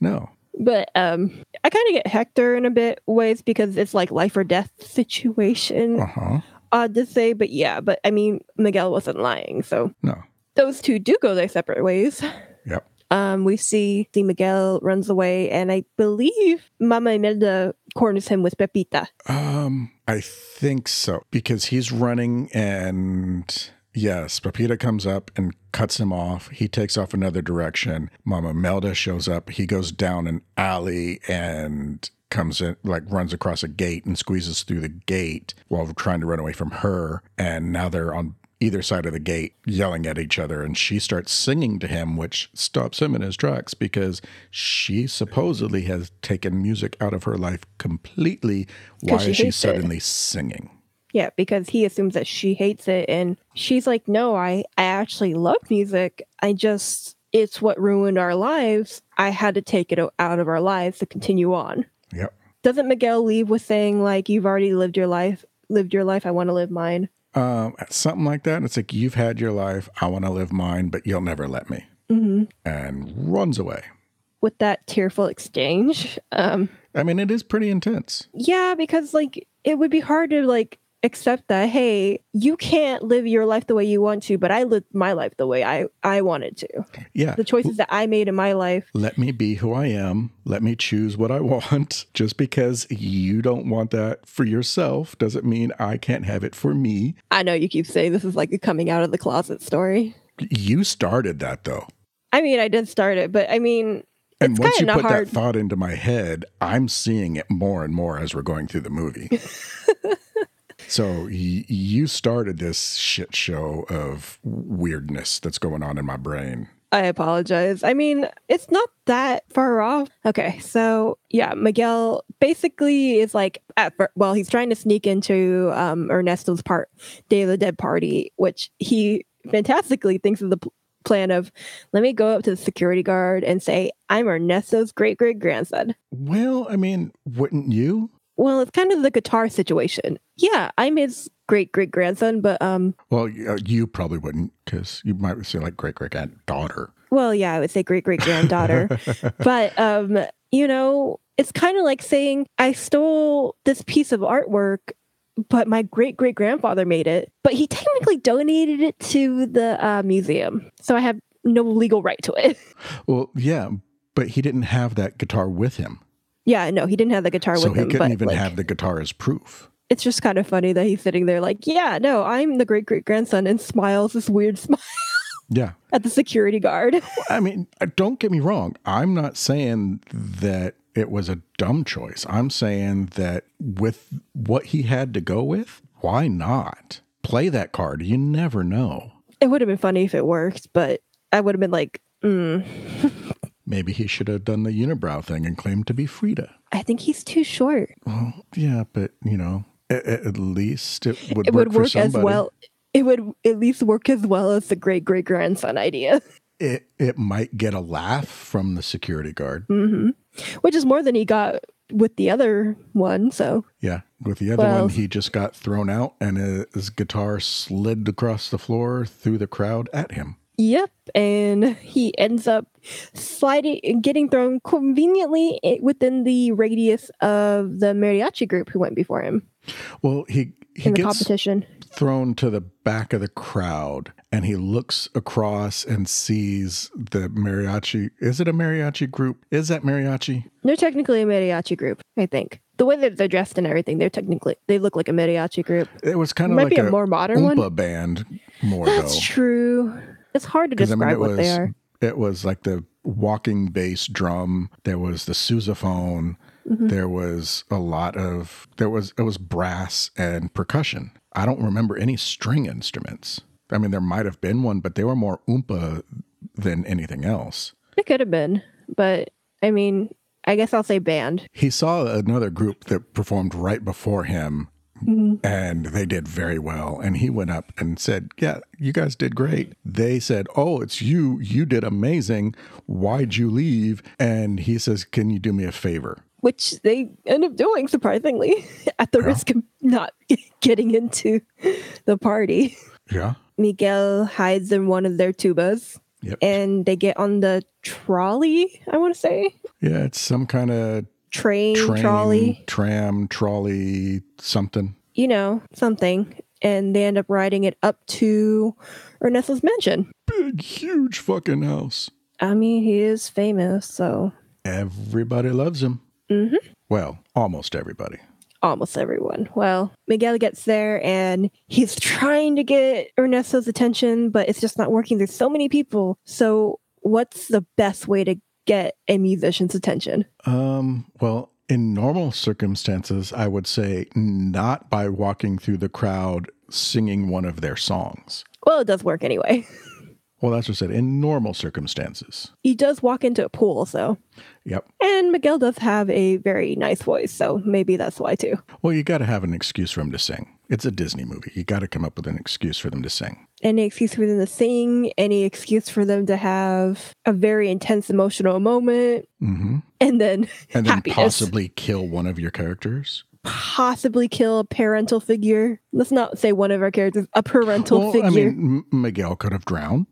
No. But um I kind of get Hector in a bit ways because it's like life or death situation, Uh huh. odd to say, but yeah, but I mean Miguel wasn't lying, so No. those two do go their separate ways. Yep. Um, we see the Miguel runs away, and I believe Mama Imelda corners him with Pepita. Um, I think so because he's running and yes, Pepita comes up and cuts him off. He takes off another direction. Mama Melda shows up. He goes down an alley and comes in, like runs across a gate and squeezes through the gate while trying to run away from her. And now they're on either side of the gate yelling at each other. And she starts singing to him, which stops him in his tracks because she supposedly has taken music out of her life completely. Why she is she hates it. suddenly singing? Yeah, because he assumes that she hates it. And she's like, no, I, I actually love music. I just, it's what ruined our lives. I had to take it o- out of our lives to continue on. Yep. Doesn't Miguel leave with saying, like, you've already lived your life, lived your life. I want to live mine. Um, something like that. And it's like, you've had your life. I want to live mine, but you'll never let me. hmm And runs away. With that tearful exchange. Um, I mean, it is pretty intense. yeah, because, like, it would be hard to, like, accept that, hey, you can't live your life the way you want to, but I lived my life the way I, I wanted to. Yeah. The choices that I made in my life Let me be who I am. Let me choose what I want. Just because you don't want that for yourself doesn't mean I can't have it for me. I know you keep saying this is like a coming out of the closet story. You started that though. I mean, I did start it, but I mean, And It's once you kinda put hard. that thought into my head, I'm seeing it more and more as we're going through the movie. so y- you started this shit show of weirdness that's going on in my brain. I apologize. I mean, it's not that far off. Okay, so yeah, Miguel basically is like, at fir- well, he's trying to sneak into um, Ernesto's part Day of the Dead party, which he fantastically thinks of the pl- plan of, let me go up to the security guard and say, I'm Ernesto's great great grandson. Well, I mean, wouldn't you? Well, it's kind of the guitar situation. Yeah, I'm his great great grandson, but um, Well, y- uh, you probably wouldn't because you might say like great great granddaughter. well yeah i would say great great granddaughter but um you know it's kind of like saying i stole this piece of artwork but my great great grandfather made it but he technically donated it to the uh, museum so i have no legal right to it Well, yeah, but he didn't have that guitar with him, yeah no he didn't have the guitar so with he him couldn't but even like, have the guitar as proof. it's just kind of funny that he's sitting there like yeah no i'm the great great grandson and smiles this weird smile Yeah, at the security guard I mean, uh, don't get me wrong. I'm not saying that it was a dumb choice. I'm saying that with what he had to go with, why not play that card? You never know. it would have been funny if it worked but i would have been like mm, Maybe he should have done the unibrow thing and claimed to be Frida. i think he's too short Well, yeah, but you know, at, at least it would it work, would for work as somebody. well it would at least work as well as the great great grandson idea It it might get a laugh from the security guard. hmm which is more than he got with the other one so Yeah. With the other Well- one, he just got thrown out and uh, his guitar slid across the floor through the crowd at him. yep and he ends up sliding getting thrown conveniently i- within the radius of the mariachi group who went before him Well, he he in the gets competition thrown to the back of the crowd and he looks across and sees the mariachi. Is it a mariachi group? Is that mariachi? they're technically a mariachi group i think the way that they're dressed and everything they're technically they look like a mariachi group It was kind it of might like be a, a, more modern one Oompa band more that's though. true it's hard to 'Cause, I describe mean, it what they was- are It was like the walking bass drum. There was the sousaphone. Mhm. There was a lot of there was it was brass and percussion. I don't remember any string instruments. I mean, there might have been one, but they were more oompa than anything else. It could have been, but I mean, I guess I'll say band. He saw another group that performed right before him Mm-hmm. and they did very well. And he went up and said, Yeah, you guys did great. They said, Oh, it's you. You did amazing. Why'd you leave? And he says, Can you do me a favor? Which they end up doing, surprisingly, at the risk of not getting into the party. Yeah. Miguel hides in one of their tubas Yep. and they get on the trolley, I want to say. yeah, it's some kind of Train, train, trolley, tram, trolley, something. you know, something. And they end up riding it up to Ernesto's mansion. Big, huge fucking house. I mean, he is famous, so Everybody loves him. Mhm. Well, almost everybody. almost everyone. Well, Miguel gets there and he's trying to get Ernesto's attention, but it's just not working. There's so many people. So, what's the best way to get a musician's attention? Um, well, in normal circumstances, I would say not by walking through the crowd singing one of their songs. Well, it does work anyway. Well, that's what I said. In normal circumstances. He does walk into a pool, so. Yep. And Miguel does have a very nice voice, so maybe that's why too. Well, you got to have an excuse for them to sing. It's a Disney movie. You got to come up with an excuse for them to sing. Any excuse for them to sing, any excuse for them to have a very intense emotional moment, hmm and then And then Happiness. possibly kill one of your characters. possibly kill a parental figure. Let's not say one of our characters, a parental well, figure. I mean, M- Miguel could have drowned.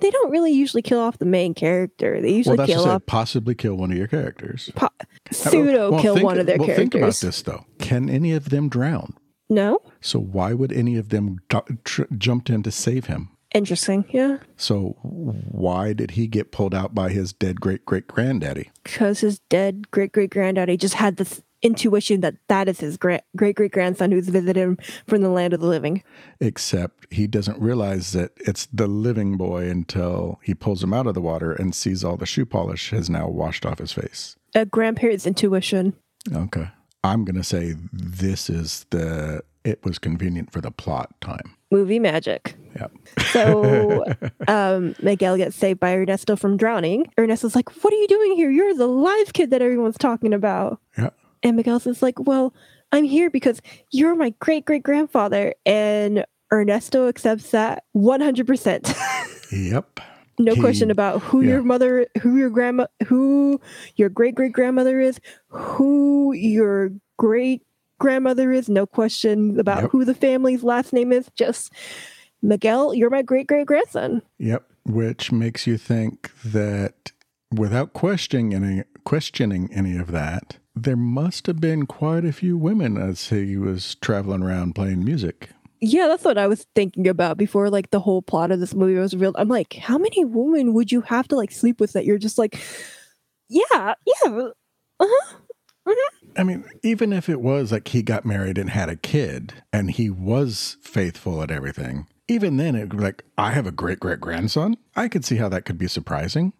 they don't really usually kill off the main character. They Well, usually that's kill just off it. Possibly kill one of your characters. po- pseudo Well, kill think- one of their well, characters. Think about this, though. Can any of them drown? No? So why would any of them ju- tr- jumped in to save him? Interesting. Yeah. So why did he get pulled out by his dead great great granddaddy? because his dead great great granddaddy just had this intuition that that is his great great grandson who's visited him from the land of the living. Except he doesn't realize that it's the living boy until he pulls him out of the water and sees all the shoe polish has now washed off his face. A grandparent's intuition. Okay. I'm going to say this is the it was convenient for the plot time. Movie magic. Yep. So um, Miguel gets saved by Ernesto from drowning. Ernesto's like, What are you doing here? You're the live kid that everyone's talking about. Yeah. And Miguel's is like, Well, I'm here because you're my great great grandfather. And Ernesto accepts that 100%. Yep. no He- question about who yeah. your mother who your grandma who your great great grandmother is who your great grandmother is no question about Yep. who the family's last name is just miguel you're my great great grandson Yep, which makes you think that without questioning any questioning any of that, there must have been quite a few women as he was traveling around playing music. yeah that's what i was thinking about before like the whole plot of this movie was revealed i'm like how many women would you have to like sleep with that you're just like yeah yeah I mean, even if it was like he got married and had a kid and he was faithful at everything, even then it like I have a great great grandson. I could see how that could be surprising.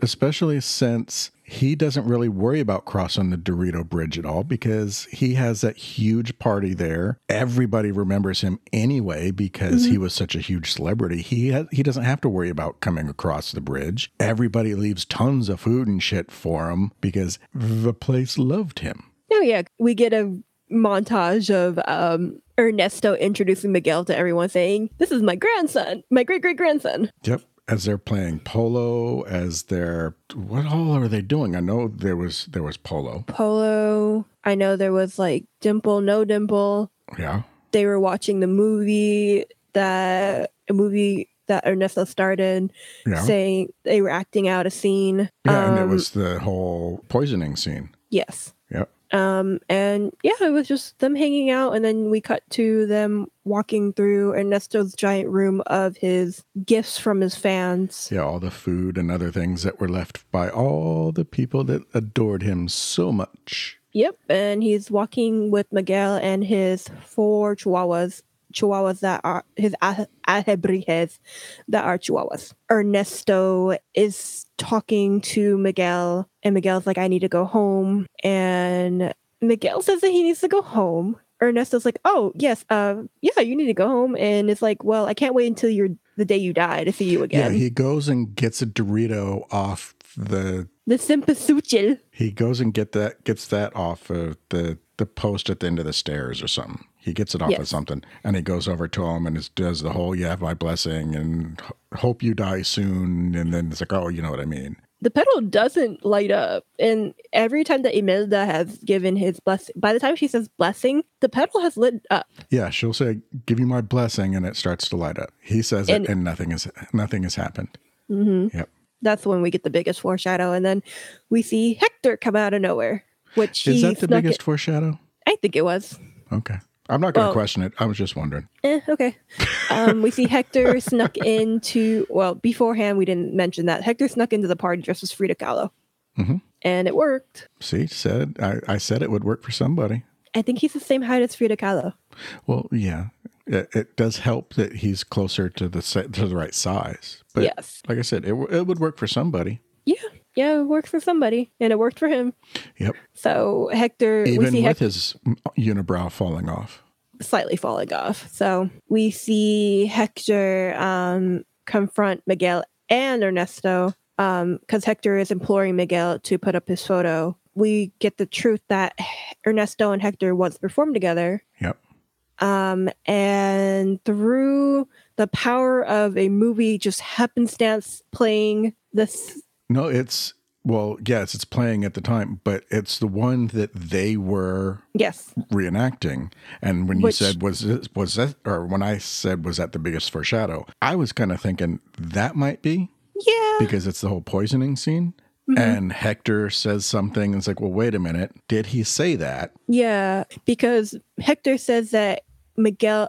Especially since he doesn't really worry about crossing the Dorito Bridge at all because he has that huge party there. Everybody remembers him anyway because he was such a huge celebrity. He ha- he doesn't have to worry about coming across the bridge. Everybody leaves tons of food and shit for him because the place loved him. Oh yeah, we get a montage of um, Ernesto introducing Miguel to everyone, saying, "This is my grandson, my great great grandson." Yep. As they're playing polo, as they're what all are they doing? I know there was there was polo. Polo. I know there was like dimple, no dimple. Yeah. They were watching the movie that a movie that Ernesto started, Yeah. saying they were acting out a scene. yeah, and it Um, was the whole poisoning scene. yes. Yep. Um, and yeah, it was just them hanging out, and then we cut to them walking through Ernesto's giant room of his gifts from his fans. Yeah, all the food and other things that were left by all the people that adored him so much. Yep, and he's walking with Miguel and his four chihuahuas, chihuahuas that are his a- ajebrijes that are chihuahuas. Ernesto is talking to Miguel, and Miguel's like, "I need to go home," and Miguel says that he needs to go home. Ernesto's like, "Oh yes, uh, yeah, you need to go home," and it's like, "Well, I can't wait until you're the day you die to see you Yeah, again." he goes and gets a Dorito off the the simpasuchil. he goes and get that gets that off of the the post at the end of the stairs or something. He gets it off of Yes. something and he goes over to him and is, does the whole "You have my blessing" and h- hope you die soon. And then it's like, oh, you know what I mean? the pedal doesn't light up and every time that imelda has given his blessing by the time she says blessing the pedal has lit up Yeah, she'll say, "Give you my blessing," and it starts to light up. He says And- it, and nothing is nothing has happened. hmm Yep. that's when we get the biggest foreshadow and then we see hector come out of nowhere which he is that the snuck biggest it- foreshadow? i think it was Okay. I'm not going to Well- question it. I was just wondering. Eh, okay. Um, we see Hector snuck into, well, beforehand, we didn't mention that. Hector snuck into the party dressed as Frida Kahlo. Mhm. And it worked. See, said I, I said it would work for somebody. I think he's the same height as Frida Kahlo. Well, yeah, it, it does help that he's closer to the sa- to the right size. But yes. like I said, it w- it would work for somebody. Yeah. yeah, it worked for somebody and it worked for him. Yep. So Hector, we Even see with Hector his unibrow falling off. slightly falling off. So we see Hector um, confront Miguel and Ernesto because Hector is imploring Miguel to put up his photo. We get the truth that Ernesto and Hector once performed together Yep. um, and through the power of a movie just happenstance playing this No, it's well, yes, it's playing at the time, but it's the one that they were yes reenacting. And when Which- you said was this, was that, or when I said was that the biggest foreshadow, I was kind of thinking that might be yeah because it's the whole poisoning scene. Mm-hmm. And Hector says something, and it's like, well, wait a minute, did he say that? yeah because hector says that miguel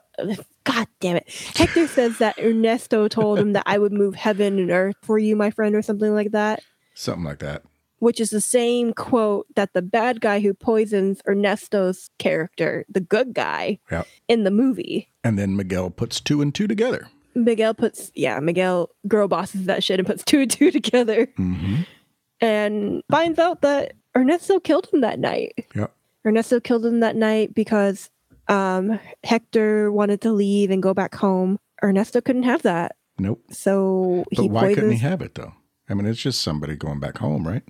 god damn it hector says that ernesto told him that i would move heaven and earth for you my friend or something like that Something like that. which is the same quote that the bad guy who poisons ernesto's character the good guy Yeah. in the movie And then Miguel puts two and two together. Miguel puts yeah, Miguel girl bosses that shit and puts two and two together Mm-hmm. and finds out that Ernesto killed him that night. Yep. Ernesto killed him that night because um Hector wanted to leave and go back home. Ernesto couldn't have that. Nope. So But he why poisons couldn't he have it though? I mean, it's just somebody going back home, right?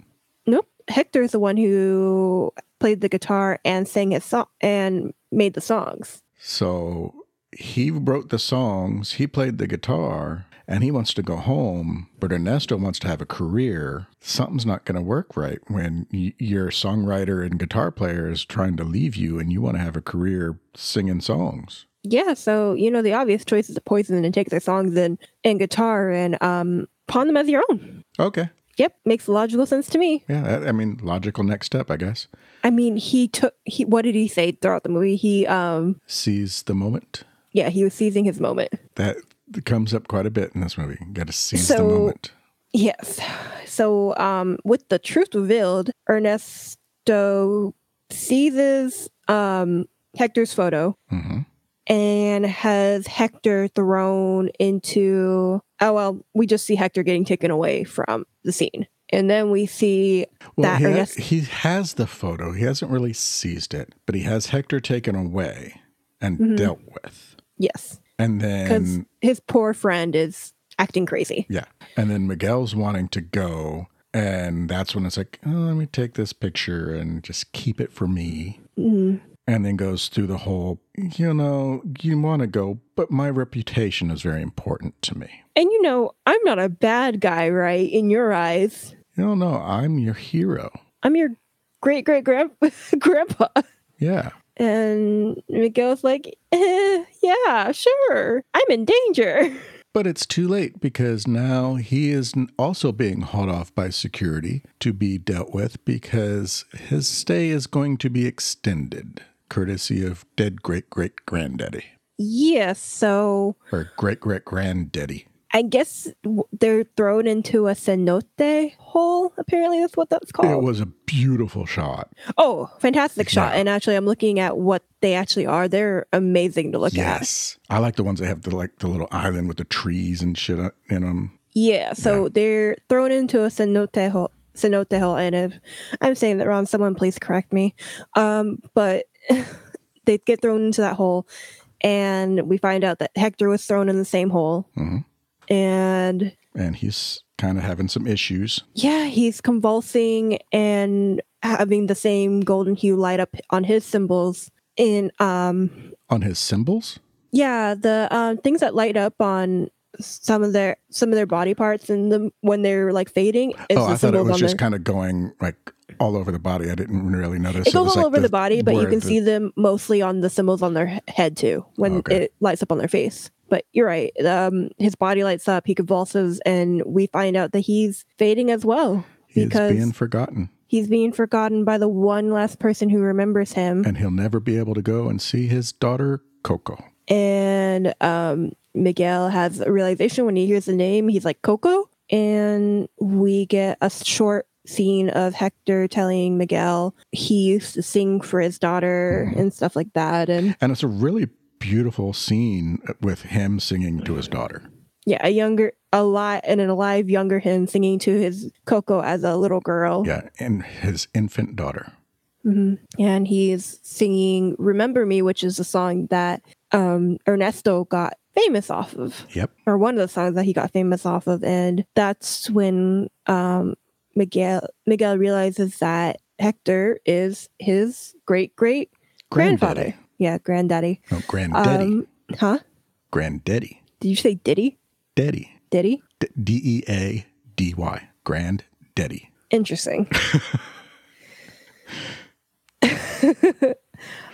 Nope. Hector is the one who played the guitar and sang his song and made the songs. So he wrote the songs, he played the guitar, and he wants to go home. But Ernesto wants to have a career. Something's not going to work right when y- your songwriter and guitar player is trying to leave you and you want to have a career singing songs. Yeah, so you know the obvious choice is to poison and take their songs and, and guitar and um pawn them as your own. Okay. Yep, makes logical sense to me. Yeah. that- I mean, logical next step, I guess. I mean, he took he what did he say throughout the movie? He um Seize the moment. yeah, he was seizing his moment. That comes up quite a bit in this movie. Got to seize the So- moment. Yes. So um with the truth revealed, Ernesto seizes um Hector's photo hmm and has Hector thrown into oh well, we just see Hector getting taken away from the scene. And then we see Well, that he, ha- Ernest- he has the photo. He hasn't really seized it, but he has Hector taken away and Mm-hmm. dealt with. yes, And because then, his poor friend is acting crazy. yeah. And then Miguel's wanting to go. And that's when it's like, oh, let me take this picture and just keep it for me. Mm-hmm. And then goes through the whole, you know, you want to go, but my reputation is very important to me. And you know, I'm not a bad guy, right? In your eyes, No, no, I'm your hero. I'm your great great grand grandpa. Yeah. And Miguel's like, eh, yeah, sure. I'm in danger. But it's too late because now he is n- also being hauled off by security to be dealt with because his stay is going to be extended, courtesy of dead great great granddaddy Yes. So or great great granddaddy. I guess w- they're thrown into a cenote hole. Apparently, that's what that's It called. was a beautiful shot. oh, fantastic shot. Yeah. And actually, I'm looking at what they actually are. They're amazing to look at. Yes, I like the ones that have the like the little island with the trees and shit on- in them. Yeah, so they're thrown into a cenote hole. Cenote hole, and if I'm saying that wrong, someone please correct me. Um, but they get thrown into that hole, and we find out that Hector was thrown in the same hole, Mhm. and And he's kind of having some issues. yeah, he's convulsing and having the same golden hue light up on his symbols. In um, On his symbols? yeah, the um, things that light up on some of their some of their body parts, and the when they're like fading, it's oh, the I thought it symbols was on just their- kind of going like all over the body. I didn't really notice. it goes was all like over the, body, but you where can the- see them mostly on the symbols on their he- head too when Okay. it lights up on their face. But you're right. Um, his body lights up. He convulses, and we find out that he's fading as well He's because being forgotten, he's being forgotten by the one last person who remembers him. and he'll never be able to go and see his daughter Coco. And um, Miguel has a realization when he hears the name. He's like Coco, and we get a short scene of Hector telling Miguel he used to sing for his daughter and stuff like that. And And it's a really beautiful scene with him singing to his daughter. Yeah, a younger, a lot and an alive younger him singing to his Coco as a little girl. Yeah, and his infant daughter. Mhm. And he's singing Remember Me, which is the song that um, Ernesto got famous off of, Yep. or one of the songs that he got famous off of. And that's when um, Miguel, Miguel realizes that Hector is his great great grandfather. Granddaddy. Yeah, granddaddy. Oh, granddaddy. Um, huh? granddaddy. Did you say Diddy? Daddy. Diddy? D- E D-E-A-D-Y. Granddaddy. Interesting. That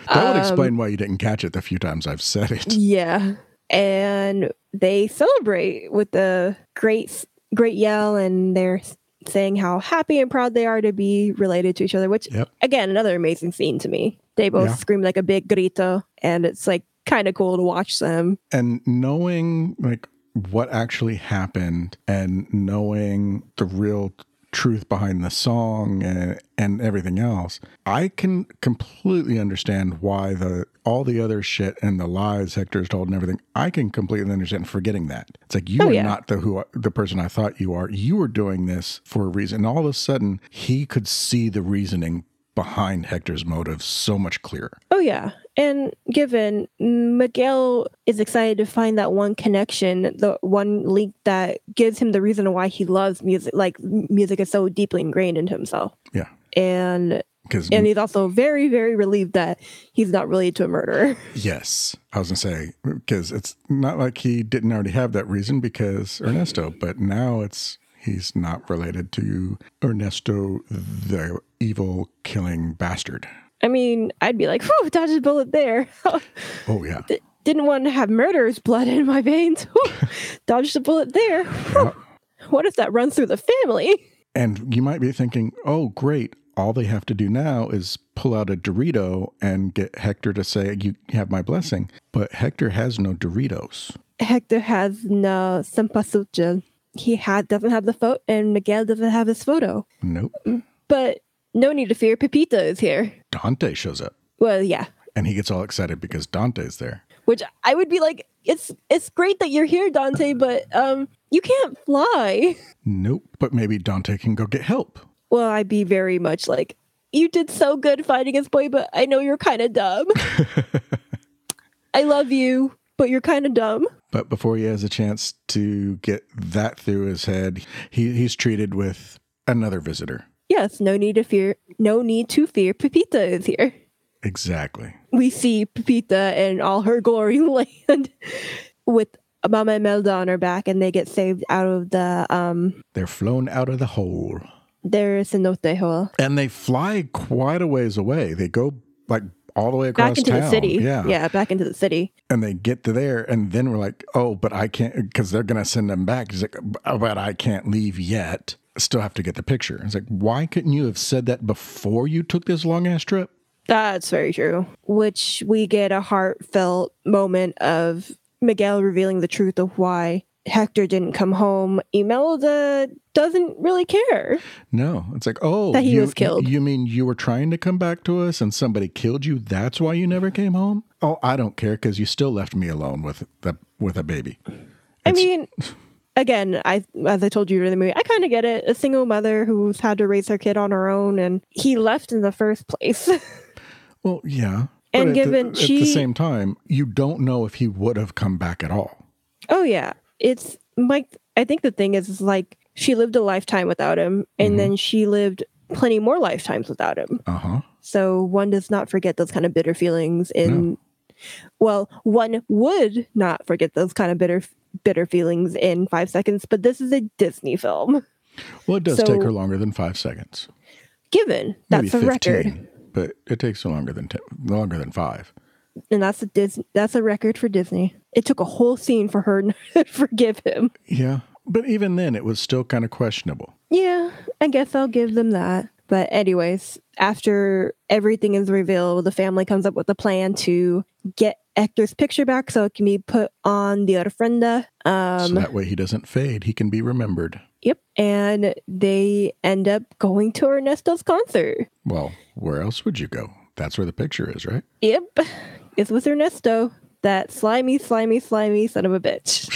would Um, explain why you didn't catch it the few times I've said it. Yeah. And they celebrate with the great great yell and they're saying how happy and proud they are to be related to each other, which Yep. again, another amazing scene to me. They both Yeah. scream like a big grito and it's like kind of cool to watch them. and knowing like what actually happened and knowing the real truth behind the song and and everything else i can completely understand why the all the other shit and the lies hector's told and everything i can completely understand forgetting that it's like you Oh, are yeah. not the who I- the person i thought you are you were doing this for a reason and all of a sudden he could see the reasoning behind hector's motives so much clearer Oh yeah. And given Miguel is excited to find that one connection, the one link that gives him the reason why he loves music, like m- music is so deeply ingrained into himself. Yeah. And because and he's also very very relieved that he's not related to a murderer Yes, I was gonna say because it's not like he didn't already have that reason because Ernesto, but now it's he's not related to Ernesto, the evil killing bastard. i mean i'd be like whew dodged a bullet there Oh yeah, didn't want to have murderer's blood in my veins Whew, dodged a bullet there Whew. Yeah. what if that runs through the family and you might be thinking, oh great, all they have to do now is pull out a Dorito and get Hector to say you have my blessing, but Hector has no Doritos. hector has no sempasucha he had doesn't have the photo and miguel doesn't have his photo Nope. but no need to fear pepita is here Dante shows up well yeah and he gets all excited because Dante's there. which i would be like it's it's great that you're here dante but um you can't fly Nope. But maybe Dante can go get help. well, I'd be very much like, you did so good fighting his boy, but I know you're kind of dumb. I love you, but you're kind of dumb. But before he has a chance to get that through his head, he, he's treated with another visitor. Yes, no need to fear. No need to fear. Pepita is here. Exactly. We see Pepita in all her glory land with Mama Imelda on her back, and they get saved out of the um They're flown out of the hole their cenote hole. and they fly quite a ways away. They go like all the way across Back into town. the city. Yeah. yeah, back into the city. And they get to there and then we're like, oh, but I can't because they're going to send them back. He's like, oh, but I can't leave yet. Still have to get the picture. It's like, why couldn't you have said that before you took this long ass trip? That's very true. Which we get a heartfelt moment of Miguel revealing the truth of why Hector didn't come home. Imelda doesn't really care. No, it's like, oh, That he you, was killed. You mean you were trying to come back to us and somebody killed you? That's why you never came home. Oh, I don't care because you still left me alone with the with a baby. I It's- mean, again, I as I told you in the movie, I kind of get it. A single mother who's had to raise her kid on her own, and he left in the first place. Well, yeah. at And the- given at the she- same time, you don't know if he would have come back at all. oh yeah, it's like I think the thing is, is like she lived a lifetime without him, and Mhm. then she lived plenty more lifetimes without him. Uh huh. So one does not forget those kind of bitter feelings in well, one would not forget those kind of bitter bitter feelings in 5 seconds, but this is a Disney film. Well, it does So- take her longer than five seconds. Given Maybe that's a record fifteen, but it takes longer than ten, longer than five. and that's a Dis- that's a record for Disney. It took a whole scene for her to forgive him. Yeah, but even then, it was still kind of questionable. Yeah, I guess I'll give them that. But anyways, after everything is revealed, the family comes up with a plan to get Hector's picture back so it can be put on the ofrenda. Um, so that way, he doesn't fade. He can be remembered. Yep. And they end up going to Ernesto's concert. Well, where else would you go? That's where the picture is, right? Yep. It's with Ernesto, that slimy, slimy, slimy son of a bitch.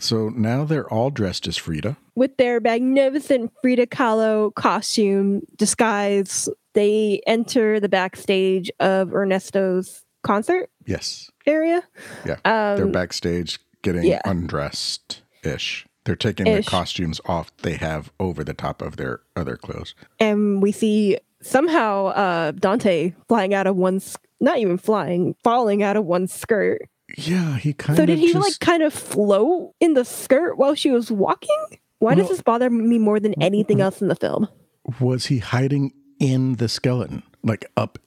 So now they're all dressed as Frida. with their magnificent Frida Kahlo costume disguise, they enter the backstage of Ernesto's concert Yes. area. Yeah, they're Um, backstage getting yeah. undressed ish. They're taking Ish. the costumes off they have over the top of their other clothes. and we see somehow uh, Dante flying out of one, s- not even flying, falling out of one skirt. Yeah, he kind So of did he just, like kind of float in the skirt while she was walking? Why Well- does this bother me more than anything else in the film? was he hiding in the skeleton, like up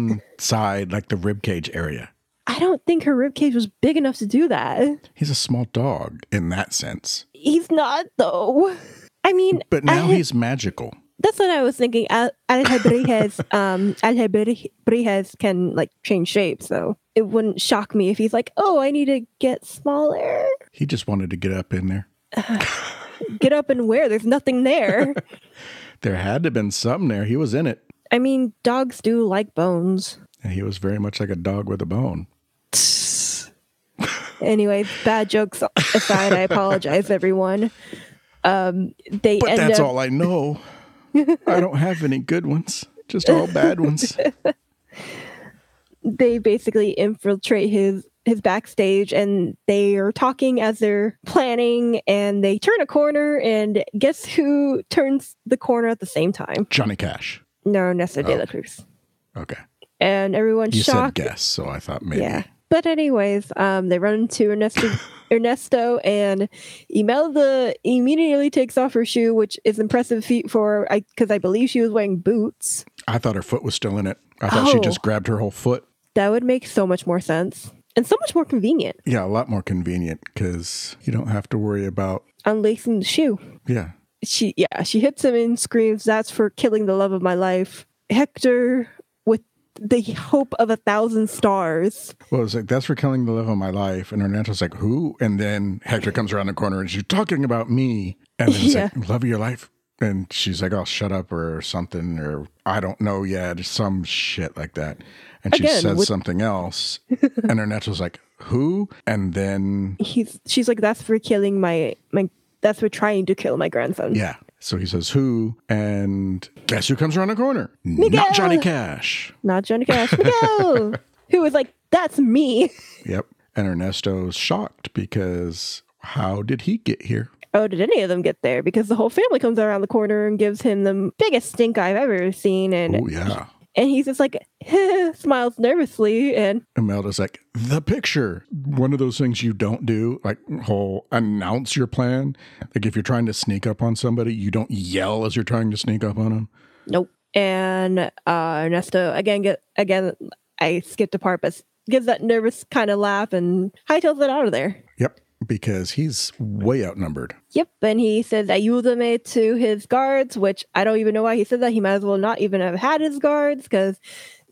inside, like the rib cage area? I don't think her ribcage was big enough to do that. He's a small dog in that sense, He's not though. I mean, but now I- he's magical. that's what I was thinking. Al Alhebrijes, um, Alhebrijes can like change shape, so it wouldn't shock me if he's like, "Oh, I need to get smaller, He just wanted to get up in there. get up and wear." There's nothing there. There had to have been something there. He was in it, I mean, dogs do like bones. and he was very much like a dog with a bone. Anyway, bad jokes aside, I apologize, everyone. Um, they But end that's up. all I know. I don't have any good ones, just all bad ones. they basically infiltrate his his backstage and they are talking as they're planning and they turn a corner and guess who turns the corner at the same time? Johnny Cash. No, Nessa de la Cruz. Okay. And everyone's You said shocked. guess, so I thought maybe. Yeah. But anyways, um, they run into Ernesto, Ernesto and Imelda immediately takes off her shoe, which is impressive feat for I because I believe she was wearing boots. I thought her foot was still in it. I thought she Oh. just grabbed her whole foot. That would make so much more sense and so much more convenient Yeah, a lot more convenient because you don't have to worry about. unlacing the shoe. Yeah. she yeah she hits him and screams that's for killing the love of my life hector with the hope of a thousand stars Well, it's like, that's for killing the love of my life. And Hernando's like, who? And then Hector comes around the corner and she's talking about me. And then it's like, love of your life. And she's like, oh, shut up or something, or I don't know yet, or some shit like that. And she Again, says with- something else. and Hernando's like, who? And then, he's she's like that's for killing my my that's for trying to kill my grandson yeah. So he says, who? And guess who comes around the corner? Not Miguel! Johnny Cash. not johnny cash Miguel, who was like that's me Yep. And Ernesto's shocked because how did he get here? oh did any of them get there because the whole family comes around the corner and gives him the biggest stink i've ever seen and Oh, yeah. and he's just like smiles nervously and Imelda's like, the picture. One of those things you don't do, like whole announce your plan. Like if you're trying to sneak up on somebody, you don't yell as you're trying to sneak up on them. Nope. And uh, Ernesto again get again I skipped a part, but gives that nervous kind of laugh and hightails it out of there. Yep. Because he's way outnumbered. Yep. And he says ayúdame to his guards, which I don't even know why he said that. He might as well not even have had his guards because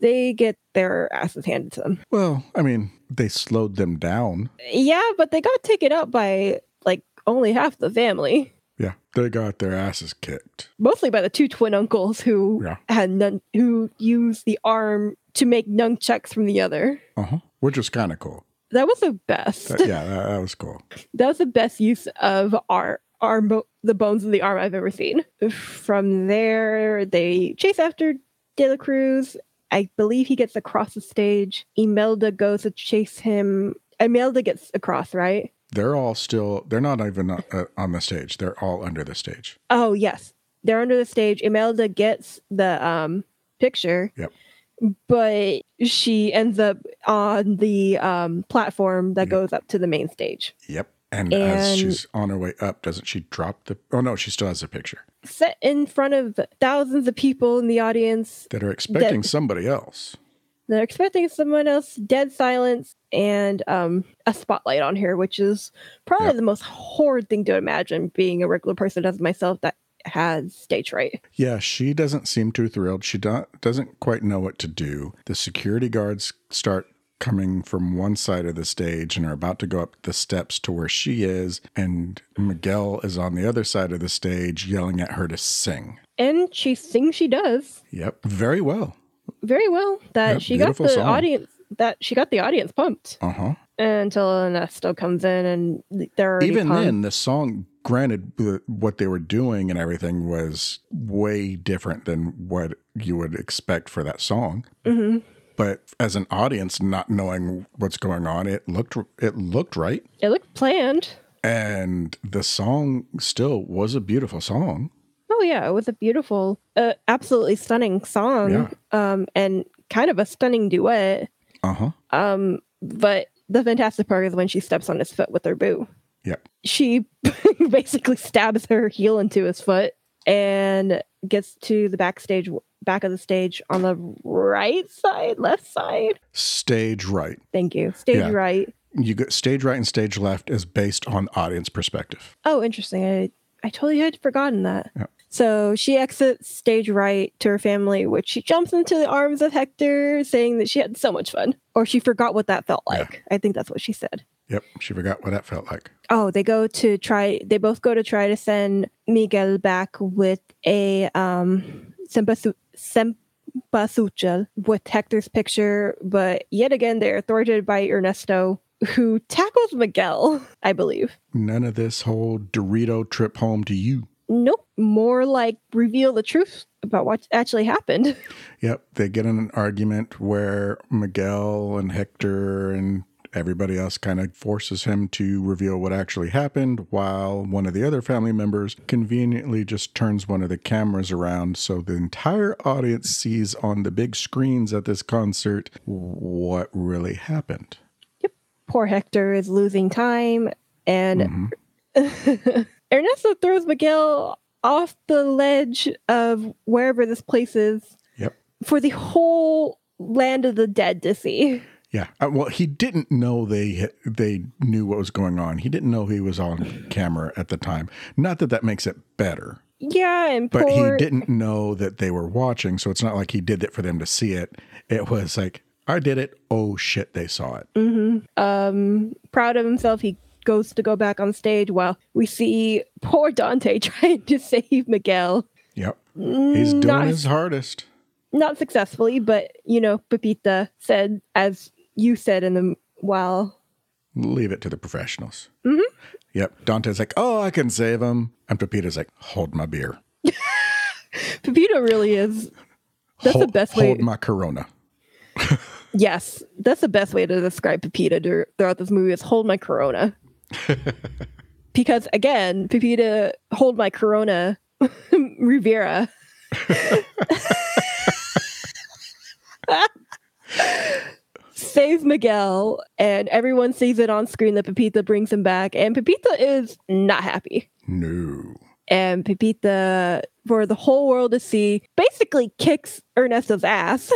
they get their asses handed to them. Well, I mean, they slowed them down. Yeah, but they got taken up by like only half the family, Yeah. They got their asses kicked. mostly by the two twin uncles who Yeah. had none, who used the arm to make nunchucks from the other. Uh huh. Which was kind of cool. That was the best. That- yeah, that, that was cool. That was the best use of our arm, bo- the bones of the arm I've ever seen. From there, they chase after De La Cruz. I believe he gets across the stage. Imelda goes to chase him. Imelda gets across, right? They're all still, they're not even uh, on the stage. They're all under the stage. Oh yes, they're under the stage. Imelda gets the um picture. Yep. But she ends up on the um, platform that Yep. goes up to the main stage. Yep. And, as And- she's on her way up, doesn't she drop the? Oh no, she still has a picture Set in front of thousands of people in the audience, that are expecting somebody else. They're expecting someone else, dead silence, and um, a spotlight on her, which is probably Yep. the most horrid thing to imagine being a regular person as myself that has stage fright. Yeah, she doesn't seem too thrilled. She do- doesn't quite know what to do. The security guards start coming from one side of the stage and are about to go up the steps to where she is, and Miguel is on the other side of the stage yelling at her to sing. And she sings, she does Yep, very well. very well. That Yep, she got beautiful the song. audience, that she got the audience pumped. Uh huh. until Ernesto comes in and they're already Even pumped. then, the song, granted, the- what they were doing and everything was way different than what you would expect for that song. Mhm. But as an audience, not knowing what's going on, it looked it looked right, It looked planned. and the song still was a beautiful song. Oh yeah, it was a beautiful, uh, absolutely stunning song, Yeah. um, and kind of a stunning duet. Uh huh. Um, but the fantastic part is when she steps on his foot with her boot. Yeah. She basically stabs her heel into his foot and gets to the backstage, back of the stage on the right side, left side. Stage right. Thank you. Stage Yeah. right. You go stage right and stage left is based on audience perspective. Oh, interesting. I I totally had forgotten that. Yeah. So she exits stage right to her family, which she jumps into the arms of Hector, saying that she had so much fun, or she forgot what that felt Yeah. like. I think that's what she said. Yep. She forgot what that felt like. Oh, they go to try. They both go to try to send Miguel back with a um Sempasu- sempasuchel with Hector's picture, but yet again they are thwarted by Ernesto, who tackles Miguel, I believe. None of this whole Dorito trip home to you. Nope. More like reveal the truth about what actually happened. Yep. They get in an argument where Miguel and Hector and everybody else kind of forces him to reveal what actually happened while one of the other family members conveniently just turns one of the cameras around so the entire audience sees on the big screens at this concert what really happened. Poor Hector is losing time, and Mhm. Ernesto throws Miguel off the ledge of wherever this place is Yep. for the whole land of the dead to see. Yeah. Uh, well, he didn't know they they knew what was going on. He didn't know he was on camera at the time. Not that that makes it better, Yeah, and but poor he didn't know that they were watching. So it's not like he did it for them to see it. It was like, I did it. Oh shit, they saw it. um proud of himself he goes to go back on stage while we see poor Dante trying to save Miguel. Yep. He's doing Not his hardest. not successfully, but you know, Pepita said, as you said in the while, Leave it to the professionals. Mm-hmm. Yep. Dante's like, oh, I can save him. And Pepita's like, hold my beer. Pepita really is. That's the hold, best way. Hold my Corona. yes, that's the best way to describe Pepita dur- throughout this movie is hold my Corona. because again, Pepita hold my Corona, Rivera. Saves Miguel, and everyone sees it on screen that Pepita brings him back, and Pepita is not happy. No. and Pepita for the whole world to see basically kicks Ernesto's ass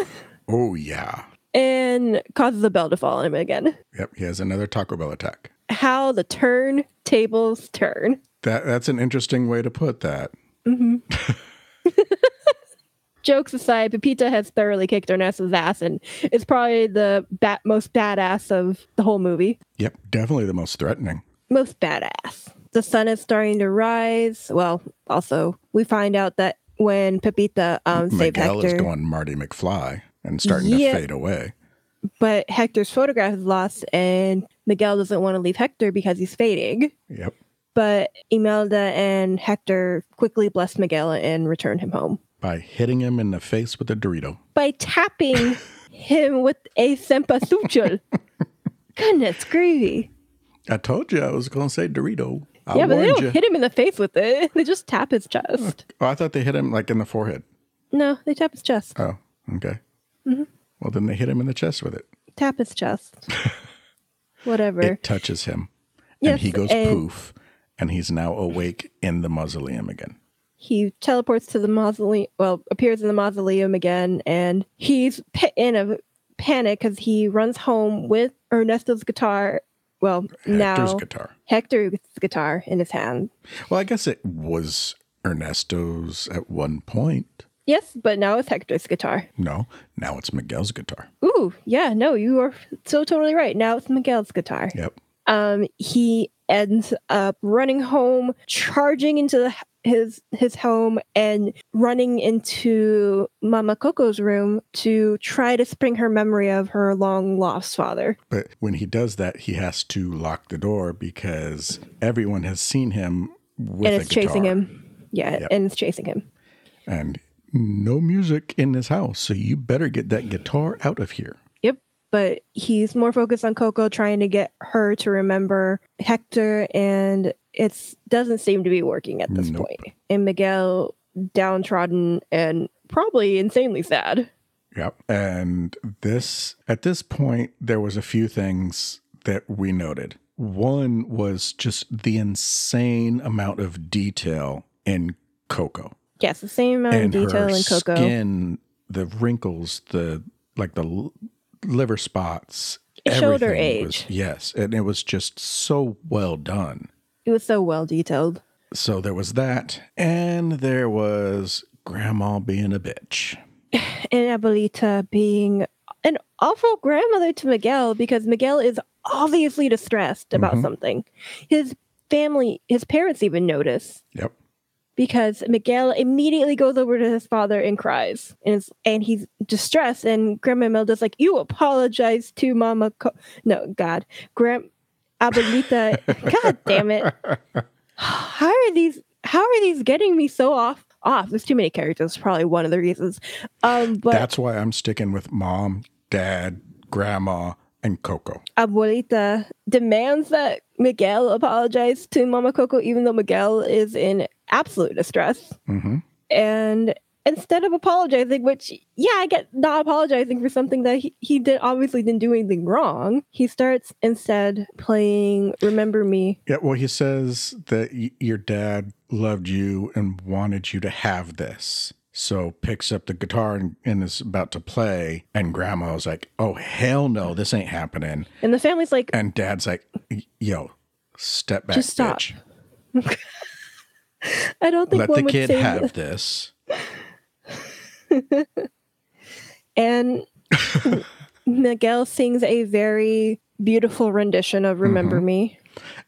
Oh, yeah. and causes a bell to fall on him again. Yep. He has another Taco Bell attack. How the turn tables turn. That that's an interesting way to put that. Jokes aside, Pepita has thoroughly kicked Ernesto's ass and is probably the ba- most badass of the whole movie. Yep, definitely the most threatening. Most badass. The sun is starting to rise. Well, also, we find out that when Pepita um, saved Miguel Hector, is going Marty McFly and starting Yeah. to fade away. but Hector's photograph is lost, and Miguel doesn't want to leave Hector because he's fading. Yep. But Imelda and Hector quickly bless Miguel and return him home By hitting him in the face with a Dorito. by tapping him with a sempasuchel. Goodness gravy. I told you I was going to say Dorito. I yeah, but they warned don't you. hit him in the face with it. They just tap his chest. oh, I thought they hit him like in the forehead. No, they tap his chest. Oh, okay. Mm-hmm. Well, then they hit him in the chest with it. Tap his chest. Whatever. It touches him, Yes, and he goes and- poof, and he's now awake in the mausoleum again. he teleports to the mausoleum well appears in the mausoleum again and he's pa- in a panic because he runs home with ernesto's guitar well Hector's now guitar. hector's guitar in his hand Well, I guess it was Ernesto's at one point. yes but now it's hector's guitar No, now it's Miguel's guitar. ooh yeah no you are so totally right now it's miguel's guitar Yep. um he ends up running home charging into the his his home and running into Mama Coco's room to try to spring her memory of her long lost father. But when he does that, he has to lock the door because everyone has seen him with a and it's chasing guitar. him. Yeah, Yep. and it's chasing him. And no music in this house, so you better get that guitar out of here. Yep. But he's more focused on Coco trying to get her to remember Hector and it's doesn't seem to be working at this Nope. point. And Miguel downtrodden and probably insanely sad. Yep. And this, at this point, there was a few things that we noted. One was just the insane amount of detail in Coco Yes, the same amount of and detail her in Coco. skin, the wrinkles, the like the l- liver spots. It showed her everything was- age. yes, and it was just so well done. It was so well detailed. So there was that, and there was Grandma being a bitch. And Abuelita being an awful grandmother to Miguel because Miguel is obviously distressed about Mhm. something. His family, his parents even notice Yep. because Miguel immediately goes over to his father and cries. And, it's, and he's distressed. And Grandma Imelda's like, You apologize to Mama. Co-. No, God. Grand Abuelita. God damn it. how are these how are these getting me so off off there's too many characters probably one of the reasons um but That's why I'm sticking with mom, dad, grandma, and Coco. abuelita demands that miguel apologize to mama coco even though miguel is in absolute distress hmm and instead of apologizing which yeah i get not apologizing for something that he, he did obviously didn't do anything wrong he starts instead playing remember me Yeah, well, he says that y- your dad loved you and wanted you to have this. So picks up the guitar and, and is about to play. And grandma's like, oh, hell no, this ain't happening. and the family's like And dad's like, "Y- yo, step back, Just stop. bitch. i don't think Let one the would kid say have this. And Miguel sings a very beautiful rendition of Remember Mm-hmm. Me.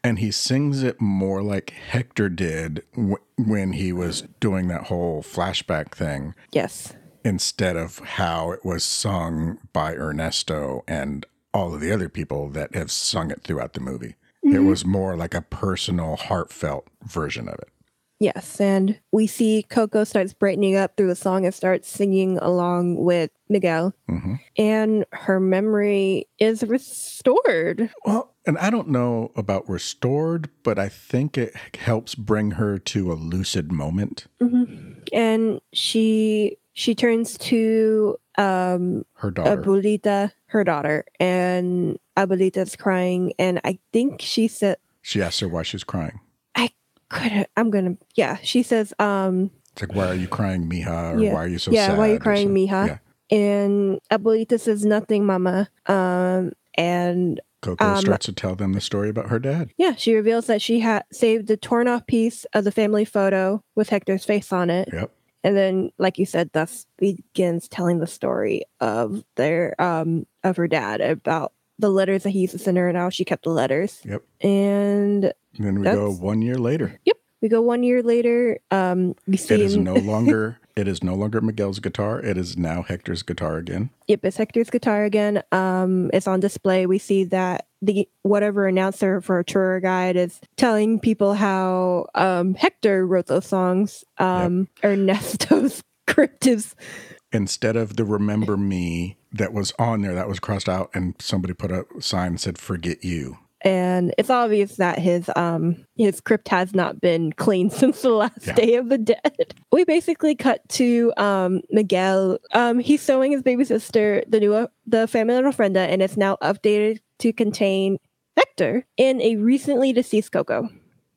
And he sings it more like Hector did w- when he was doing that whole flashback thing. Yes. instead of how it was sung by Ernesto and all of the other people that have sung it throughout the movie. It Mm-hmm. was more like a personal, heartfelt version of it. Yes. And we see Coco starts brightening up through the song and starts singing along with Miguel. Mhm. And her memory is restored. Well, and I don't know about restored, but I think it helps bring her to a lucid moment. Mm-hmm. And she she turns to um Her daughter. Abuelita, her daughter, and Abuelita's crying. And I think she said she asks her why she's crying. could I'm gonna yeah, she says, um It's like, why are you crying, mija? Or Yeah. why are you so yeah, sad? why are or you crying, so- mija? Yeah. And Abuelita says nothing, mama. Um, and Coco Um, starts to tell them the story about her dad. yeah, she reveals that she had saved a torn off piece of the family photo with Hector's face on it. Yep. And then, like you said, thus begins telling the story of their um of her dad about the letters that he used to send her and how she kept the letters. Yep. And And then we go That's- one year later. we go one year later. Um, we see It is no longer it is no longer Miguel's guitar. It is now Hector's guitar again. Yep, it's Hector's guitar again. Um, it's on display. We see that the whatever announcer for a tour guide is telling people how um, Hector wrote those songs. Um, Ernesto's script is Instead of the "Remember Me" that was on there, that was crossed out, and somebody put a sign that said "Forget You." and it's obvious that his um his crypt has not been cleaned since the last Yeah. day of the dead. We basically cut to um Miguel. Um he's sewing his baby sister the new the family ofrenda and it's now updated to contain Hector in a recently deceased Coco.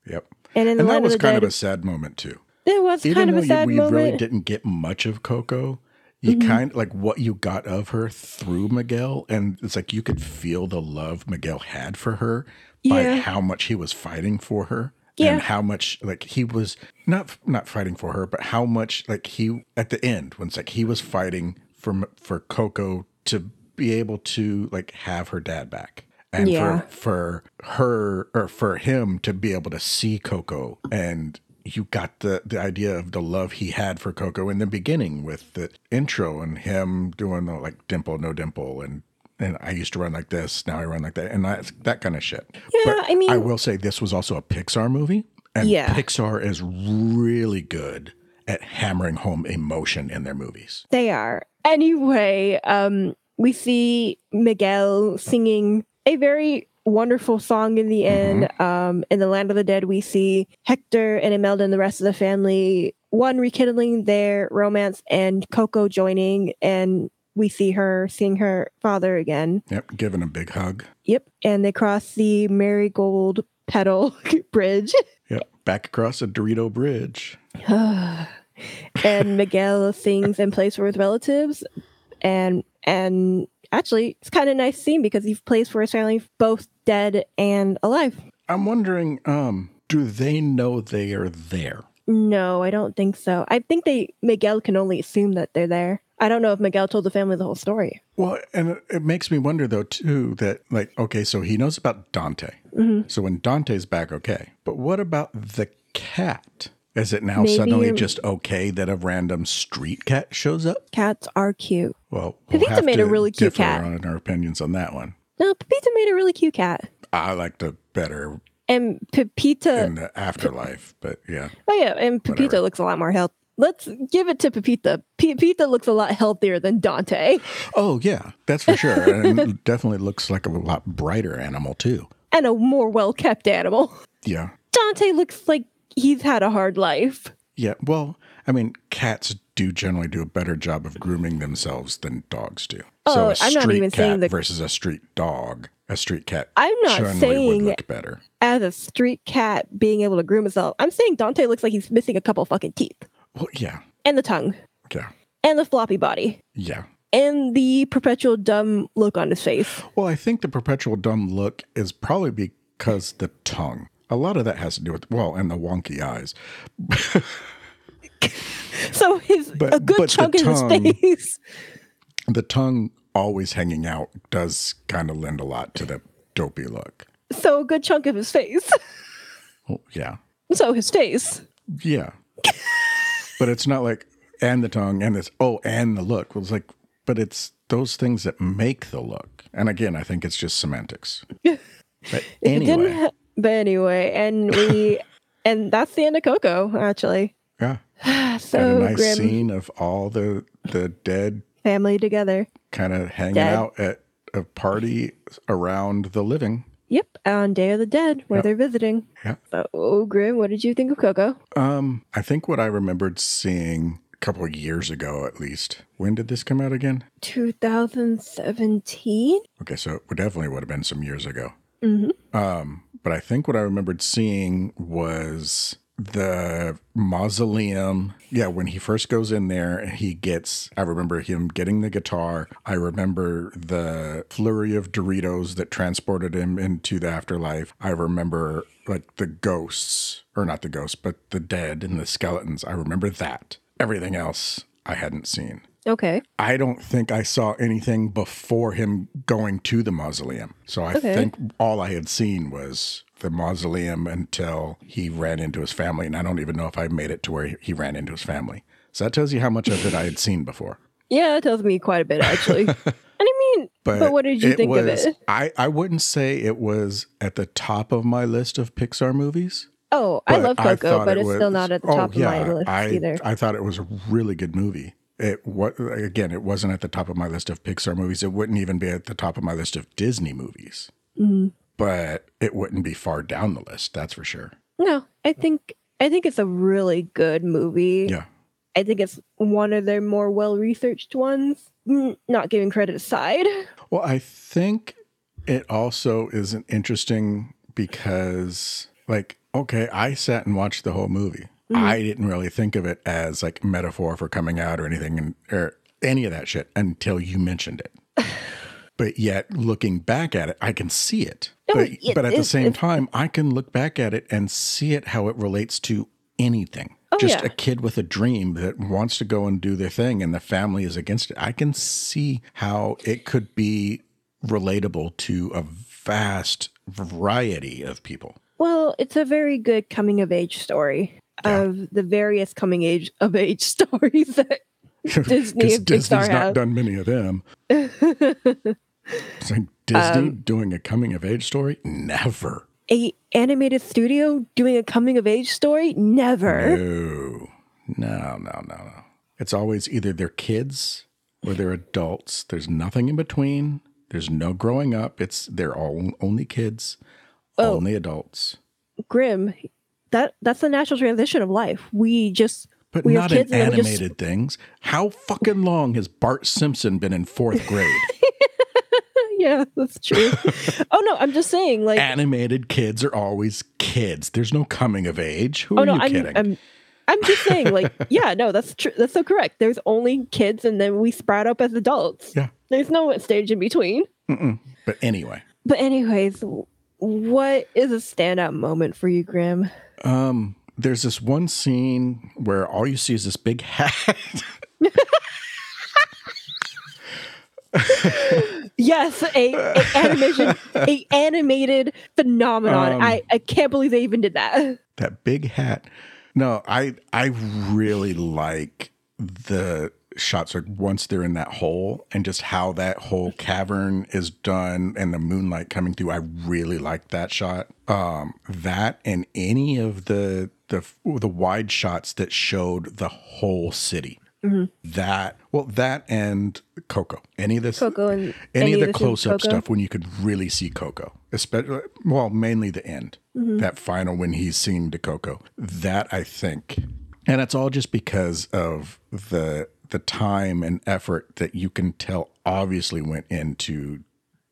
Yep, And in the and that land of was the kind dead, of a sad moment too. it was Even kind of though a you, sad we moment. really didn't get much of Coco, you Mhm. kind like what you got of her through Miguel, and it's like you could feel the love Miguel had for her by Yeah. how much he was fighting for her. Yeah. and how much like he was not not fighting for her, but how much like he at the end when it's like he was fighting for for Coco to be able to like have her dad back, and Yeah. for for her or for him to be able to see Coco and you got the, the idea of the love he had for Coco in the beginning with the intro and him doing the like dimple, no dimple, and and I used to run like this, now I run like that, and I, that kind of shit. Yeah, I mean, I will say this was also a Pixar movie, and Yeah. Pixar is really good at hammering home emotion in their movies. They are. Anyway, um, we see Miguel singing a very wonderful song in the end. Um, in the Land of the Dead, we see Hector and Imelda and the rest of the family, one rekindling their romance and Coco joining, and we see her seeing her father again. Yep, giving a big hug. Yep. And they cross the marigold petal bridge. Yep, back across a Dorito bridge. and Miguel sings and plays for his relatives, and and actually, it's kind of nice scene because he plays for his family, both dead and alive. I'm wondering, um, do they know they are there? No, I don't think so. I think they Miguel can only assume that they're there. I don't know if Miguel told the family the whole story. Well, and it- it makes me wonder though too that like okay, so he knows about Dante. Mm-hmm. So when Dante's back, okay, but what about the cat? Is it now Maybe suddenly you're- just okay that a random street cat shows up? Cats are cute. Well, Pepita we'll have made a to really cute differ cat. on our opinions on that one. No, Pepita made a really cute cat, I liked it better and Pepita. in the afterlife, but yeah, oh yeah, and Pepita whatever. looks a lot more healthy. Let's give it to Pepita. Pepita looks a lot healthier than Dante. oh yeah, that's for sure, and it definitely looks like a lot brighter animal too. and a more well kept animal. Yeah, Dante looks like he's had a hard life. Yeah, well, I mean, cats do generally do a better job of grooming themselves than dogs do. Oh, so a I'm street not even cat saying the- versus a street dog, a street cat I'm not generally would saying look better. as a street cat being able to groom himself. I'm saying Dante looks like he's missing a couple fucking teeth Well, yeah, and the tongue yeah, and the floppy body yeah. and the perpetual dumb look on his face. Well, I think the perpetual dumb look is probably because the tongue. A lot of that has to do with well, and the wonky eyes. So his But- a good but the chunk of his tongue- face. The tongue always hanging out does kind of lend a lot to the dopey look. So a good chunk of his face. Well, yeah. So his face. Yeah. but it's not like and the tongue and this oh and the look. Well, it's like but it's those things that make the look. And again, I think it's just semantics. But If it didn't anyway. ha- but anyway, and we and that's the end of Coco, actually. Yeah. and So a nice Oh, grim scene of all the the dead family together. kind of hanging Dead. out at a party around the living. Yep, on Day of the Dead, where Yep. they're visiting. Yep. Oh, Grim, what did you think of Coco? Um, I think what I remembered seeing a couple of years ago at least. When did this come out again? 2017? Okay, so it definitely would have been some years ago. hmm Um, but I think what I remembered seeing was the mausoleum. Yeah, when he first goes in there, he gets, I remember him getting the guitar. I remember the flurry of Doritos that transported him into the afterlife. I remember like the ghosts, or not the ghosts, but the dead and the skeletons. I remember that. Everything else I hadn't seen. Okay. I don't think I saw anything before him going to the mausoleum. So I Okay. think all I had seen was the mausoleum until he ran into his family. And I don't even know if I made it to where he ran into his family. So that tells you how much of it I had seen before. Yeah, it tells me quite a bit, actually. and I mean, but, what did you think was, of it? I, I wouldn't say it was at the top of my list of Pixar movies. Oh, I but love Coco, thought but it it's was- still not at the oh, top yeah, of my list I, either. I thought it was a really good movie. It what again? It wasn't at the top of my list of Pixar movies. It wouldn't even be at the top of my list of Disney movies. Mm. But it wouldn't be far down the list. That's for sure. No, I think I think it's a really good movie. Yeah. I think it's one of their more well researched ones. Mm, Not giving credit aside. Well, I think it also is an interesting because, like, okay, I sat and watched the whole movie. Mm-hmm. I didn't really think of it as like metaphor for coming out or anything, and or any of that shit until you mentioned it. but yet, looking back at it, I can see it. No, but, it- but at the it's- same time, I can look back at it and see it how it relates to anything. Oh, Just yeah. a kid with a dream that wants to go and do their thing and the family is against it. I can see how it could be relatable to a vast variety of people. Well, it's a very good coming of age story. Yeah. of the various coming age of age stories that Disney Because and Disney's not Pixar have. done many of them. It's like Disney Um, doing a coming of age story? Never. a animated studio doing a coming of age story? Never. No. No, no, no, no. It's always either they're kids or they're adults. There's nothing in between. There's no growing up. It's they're all only kids, Oh. only adults. Grim. That that's the natural transition of life. We just But we not are kids in and then we just- animated things. How fucking long has Bart Simpson been in fourth grade? yeah, that's true. oh no, I'm just saying like Ah, animated kids are always kids. There's no coming of age. Who Oh are no, you I'm, kidding? I'm I'm just saying like yeah, no, that's true. That's so correct. There's only kids and then we sprout up as adults. Yeah. There's no stage in between. Mm-mm. But anyway, But anyways, what is a standout moment for you, Grim? um, there's this one scene where all you see is this big hat. Yes, a, a animation, a animated phenomenon. Um, I I can't believe they even did that. that big hat. No, I I really like the shots like once they're in that hole and just how that whole cavern is done and the moonlight coming through. I really like that shot. Um that and any of the the the wide shots that showed the whole city. That well that and Coco. Any of this Coco and any, of the two- close up Coco? stuff when you could really see Coco, especially well, mainly the end, Mm-hmm. that final when he's singing to Coco. That I think, and it's all just because of the the time and effort that you can tell obviously went into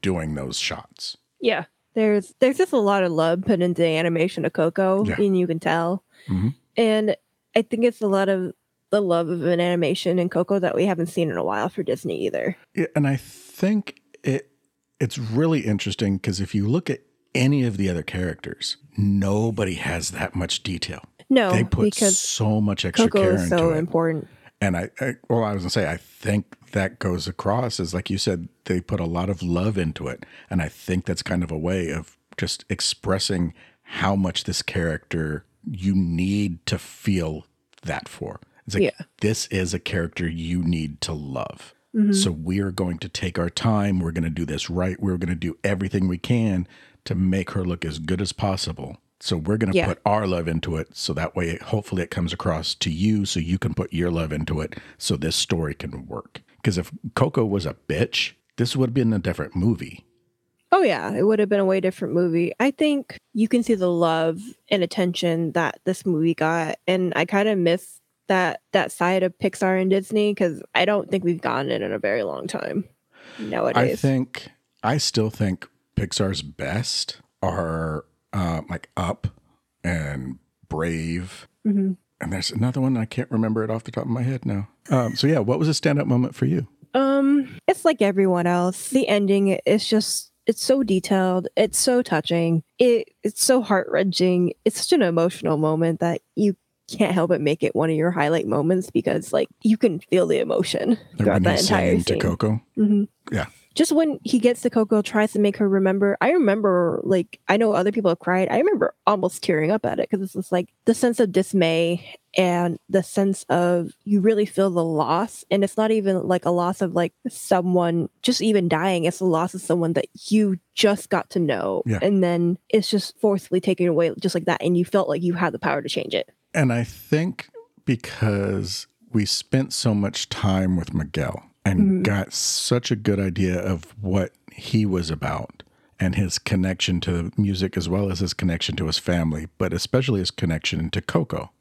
doing those shots. Yeah, there's there's just a lot of love put into the animation of Coco, Yeah. and you can tell. Mhm. And I think it's a lot of the love of an animation in Coco that we haven't seen in a while for Disney either. Yeah, and I think it it's really interesting because if you look at any of the other characters, nobody has that much detail. No, they put because so much extra Coco care is into so it. important. And I, I, well, I was gonna say, I think that goes across is like you said, they put a lot of love into it. And I think that's kind of a way of just expressing how much this character you need to feel that for. It's like, Yeah. this is a character you need to love. So we are going to take our time. We're going to do this right. We're going to do everything we can to make her look as good as possible. So we're going to Yeah. put our love into it. So that way, hopefully, it comes across to you so you can put your love into it so this story can work. Because if Coco was a bitch, this would have been a different movie. Oh yeah, it would have been a way different movie. I think you can see the love and attention that this movie got, and I kind of miss that that side of Pixar and Disney because I don't think we've gotten it in a very long time I nowadays. think, I still think Pixar's best are uh, like Up and Brave. Mhm. And there's another one I can't remember it off the top of my head now. Um, so yeah, what was a standout moment for you? Um, it's like everyone else. The ending is just it's so detailed, it's so touching, it it's so heart wrenching. It's such an emotional moment that you can't help but make it one of your highlight moments because like you can feel the emotion Like throughout when that he's entire singing scene. to Coco. Mhm. Yeah. Just when he gets to Coco, tries to make her remember. I remember, like, I know other people have cried. I remember almost tearing up at it because it's just like the sense of dismay and the sense of you really feel the loss. And it's not even like a loss of like someone just even dying, it's the loss of someone that you just got to know. Yeah. And then it's just forcefully taken away just like that. And you felt like you had the power to change it. And I think because we spent so much time with Miguel and got such a good idea of what he was about and his connection to music as well as his connection to his family, but especially his connection to Coco.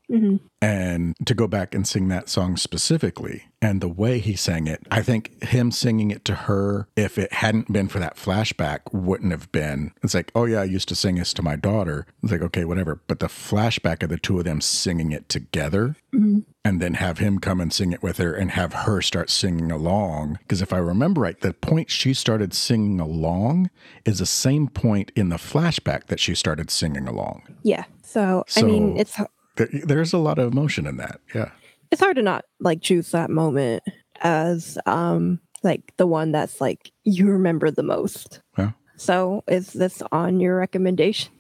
And to go back and sing that song specifically and the way he sang it, I think him singing it to her, if it hadn't been for that flashback, wouldn't have been. It's like, oh yeah, I used to sing this to my daughter. It's like, okay, whatever. But the flashback of the two of them singing it together and then have him come and sing it with her and have her start singing along. Because if I remember right, the point she started singing along is the same point in the flashback that she started singing along. Yeah. So, I mean, So- it's There, there's a lot of emotion in that. Yeah. it's hard to not like choose that moment as um like the one that's like you remember the most. Yeah. So is this on your recommendation?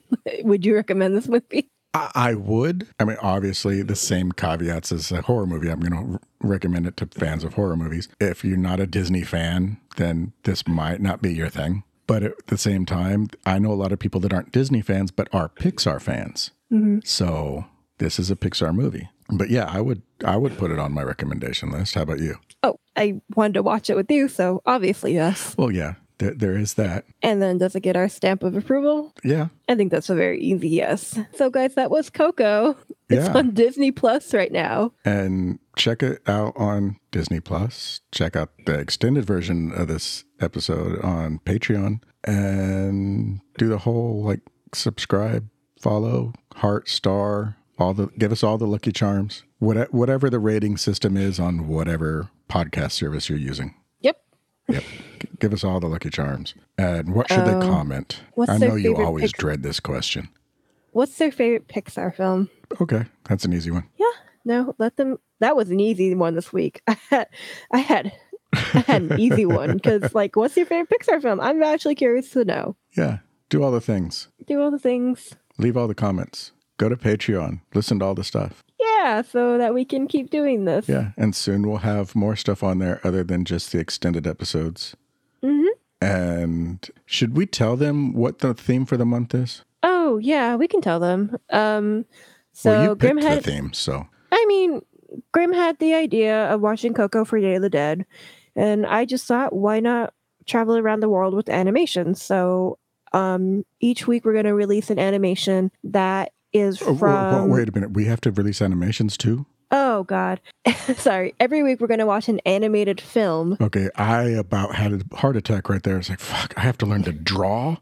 Would you recommend this movie? I, I would. I mean, obviously, the same caveats as a horror movie. I'm going to r- recommend it to fans of horror movies. If you're not a Disney fan, then this might not be your thing. But at the same time, I know a lot of people that aren't Disney fans, but are Pixar fans. So this is a Pixar movie. But yeah, I would I would put it on my recommendation list. How about you? Oh, I wanted to watch it with you, so obviously yes. Well, yeah, there, there is that. And then does it get our stamp of approval? Yeah, I think that's a very easy yes. So, guys, that was Coco. It's yeah. on Disney Plus right now. and check it out on Disney Plus. Check out the extended version of this episode on Patreon and do the whole like subscribe, follow, heart, star, all the give us all the lucky charms. What, whatever the rating system is on whatever podcast service you're using. Yep. Yep. G- Give us all the lucky charms. And what should Oh. they comment? What's I their know you favorite always pic- dread this question. What's their favorite Pixar film? Okay, that's an easy one. No, let them. That was an easy one this week. I had, I had, I had an easy one because, like, what's your favorite Pixar film? I'm actually curious to know. Yeah, do all the things. Do all the things. Leave all the comments. Go to Patreon. Listen to all the stuff. Yeah, so that we can keep doing this. Yeah, and soon we'll have more stuff on there other than just the extended episodes. Mhm. And should we tell them what the theme for the month is? Oh, yeah, we can tell them. Um, so well, you Grim picked had the theme, so I mean, Grim had the idea of watching Coco for Day of the Dead, and I just thought, why not travel around the world with animation? So, um, each week we're going to release an animation that is Oh, from. whoa, whoa, wait a minute. We have to release animations too. Oh God, sorry. Every week we're going to watch an animated film. Okay, I about had a heart attack right there. It's like fuck. I have to learn to draw.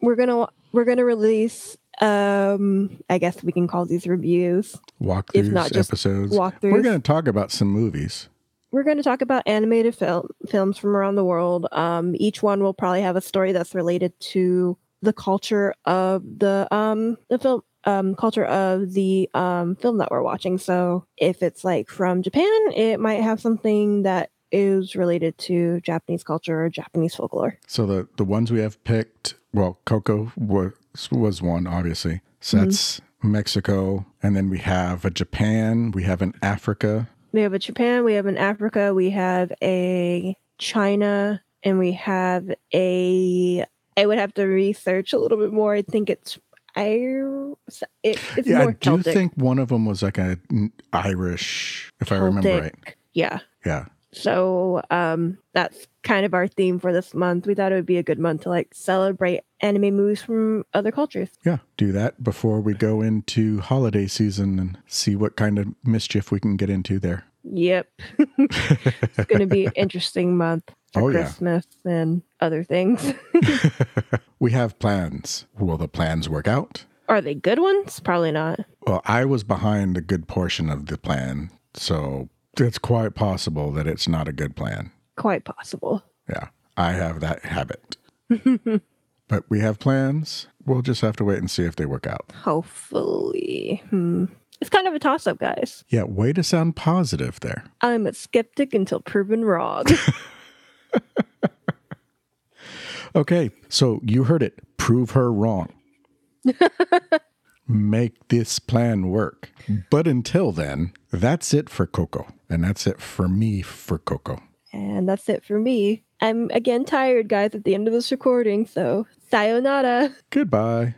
We're gonna we're gonna release. Um, I guess we can call these reviews If not Walkthroughs, just episodes. walkthroughs. We're going to talk about some movies. we're going to talk about animated film, films from around the world. Um, each one will probably have a story that's related to the culture of the um the film um culture of the um film that we're watching. So if it's like from Japan, it might have something that is related to Japanese culture or Japanese folklore. So the the ones we have picked, well, Coco was was one, obviously. So Mhm. that's Mexico, and then we have a Japan, we have an Africa, We have a Japan, we have an Africa, we have a China, and we have a. I would have to research a little bit more. I think it's I. It, it's yeah, I more do Celtic. think one of them was like a n- Irish, if I remember right. Celtic. Yeah. Yeah, So um, that's kind of our theme for this month. We thought it would be a good month to like celebrate anime movies from other cultures. yeah. Do that before we go into holiday season and see what kind of mischief we can get into there. Yep. it's going to be an interesting month for Oh, yeah. Christmas and other things. We have plans. Will the plans work out? Are they good ones? Probably not. Well, I was behind a good portion of the plan, so it's quite possible that it's not a good plan. Quite possible. Yeah, I have that habit. but we have plans. We'll just have to wait and see if they work out. Hopefully. Hmm. It's kind of a toss up, guys. Yeah, way to sound positive there. I'm a skeptic until proven wrong. Okay, so you heard it. Prove her wrong. Make this plan work. But until then, that's it for Coco. And that's it for me for Coco. and that's it for me. I'm again tired, guys, at the end of this recording, so sayonara. Goodbye.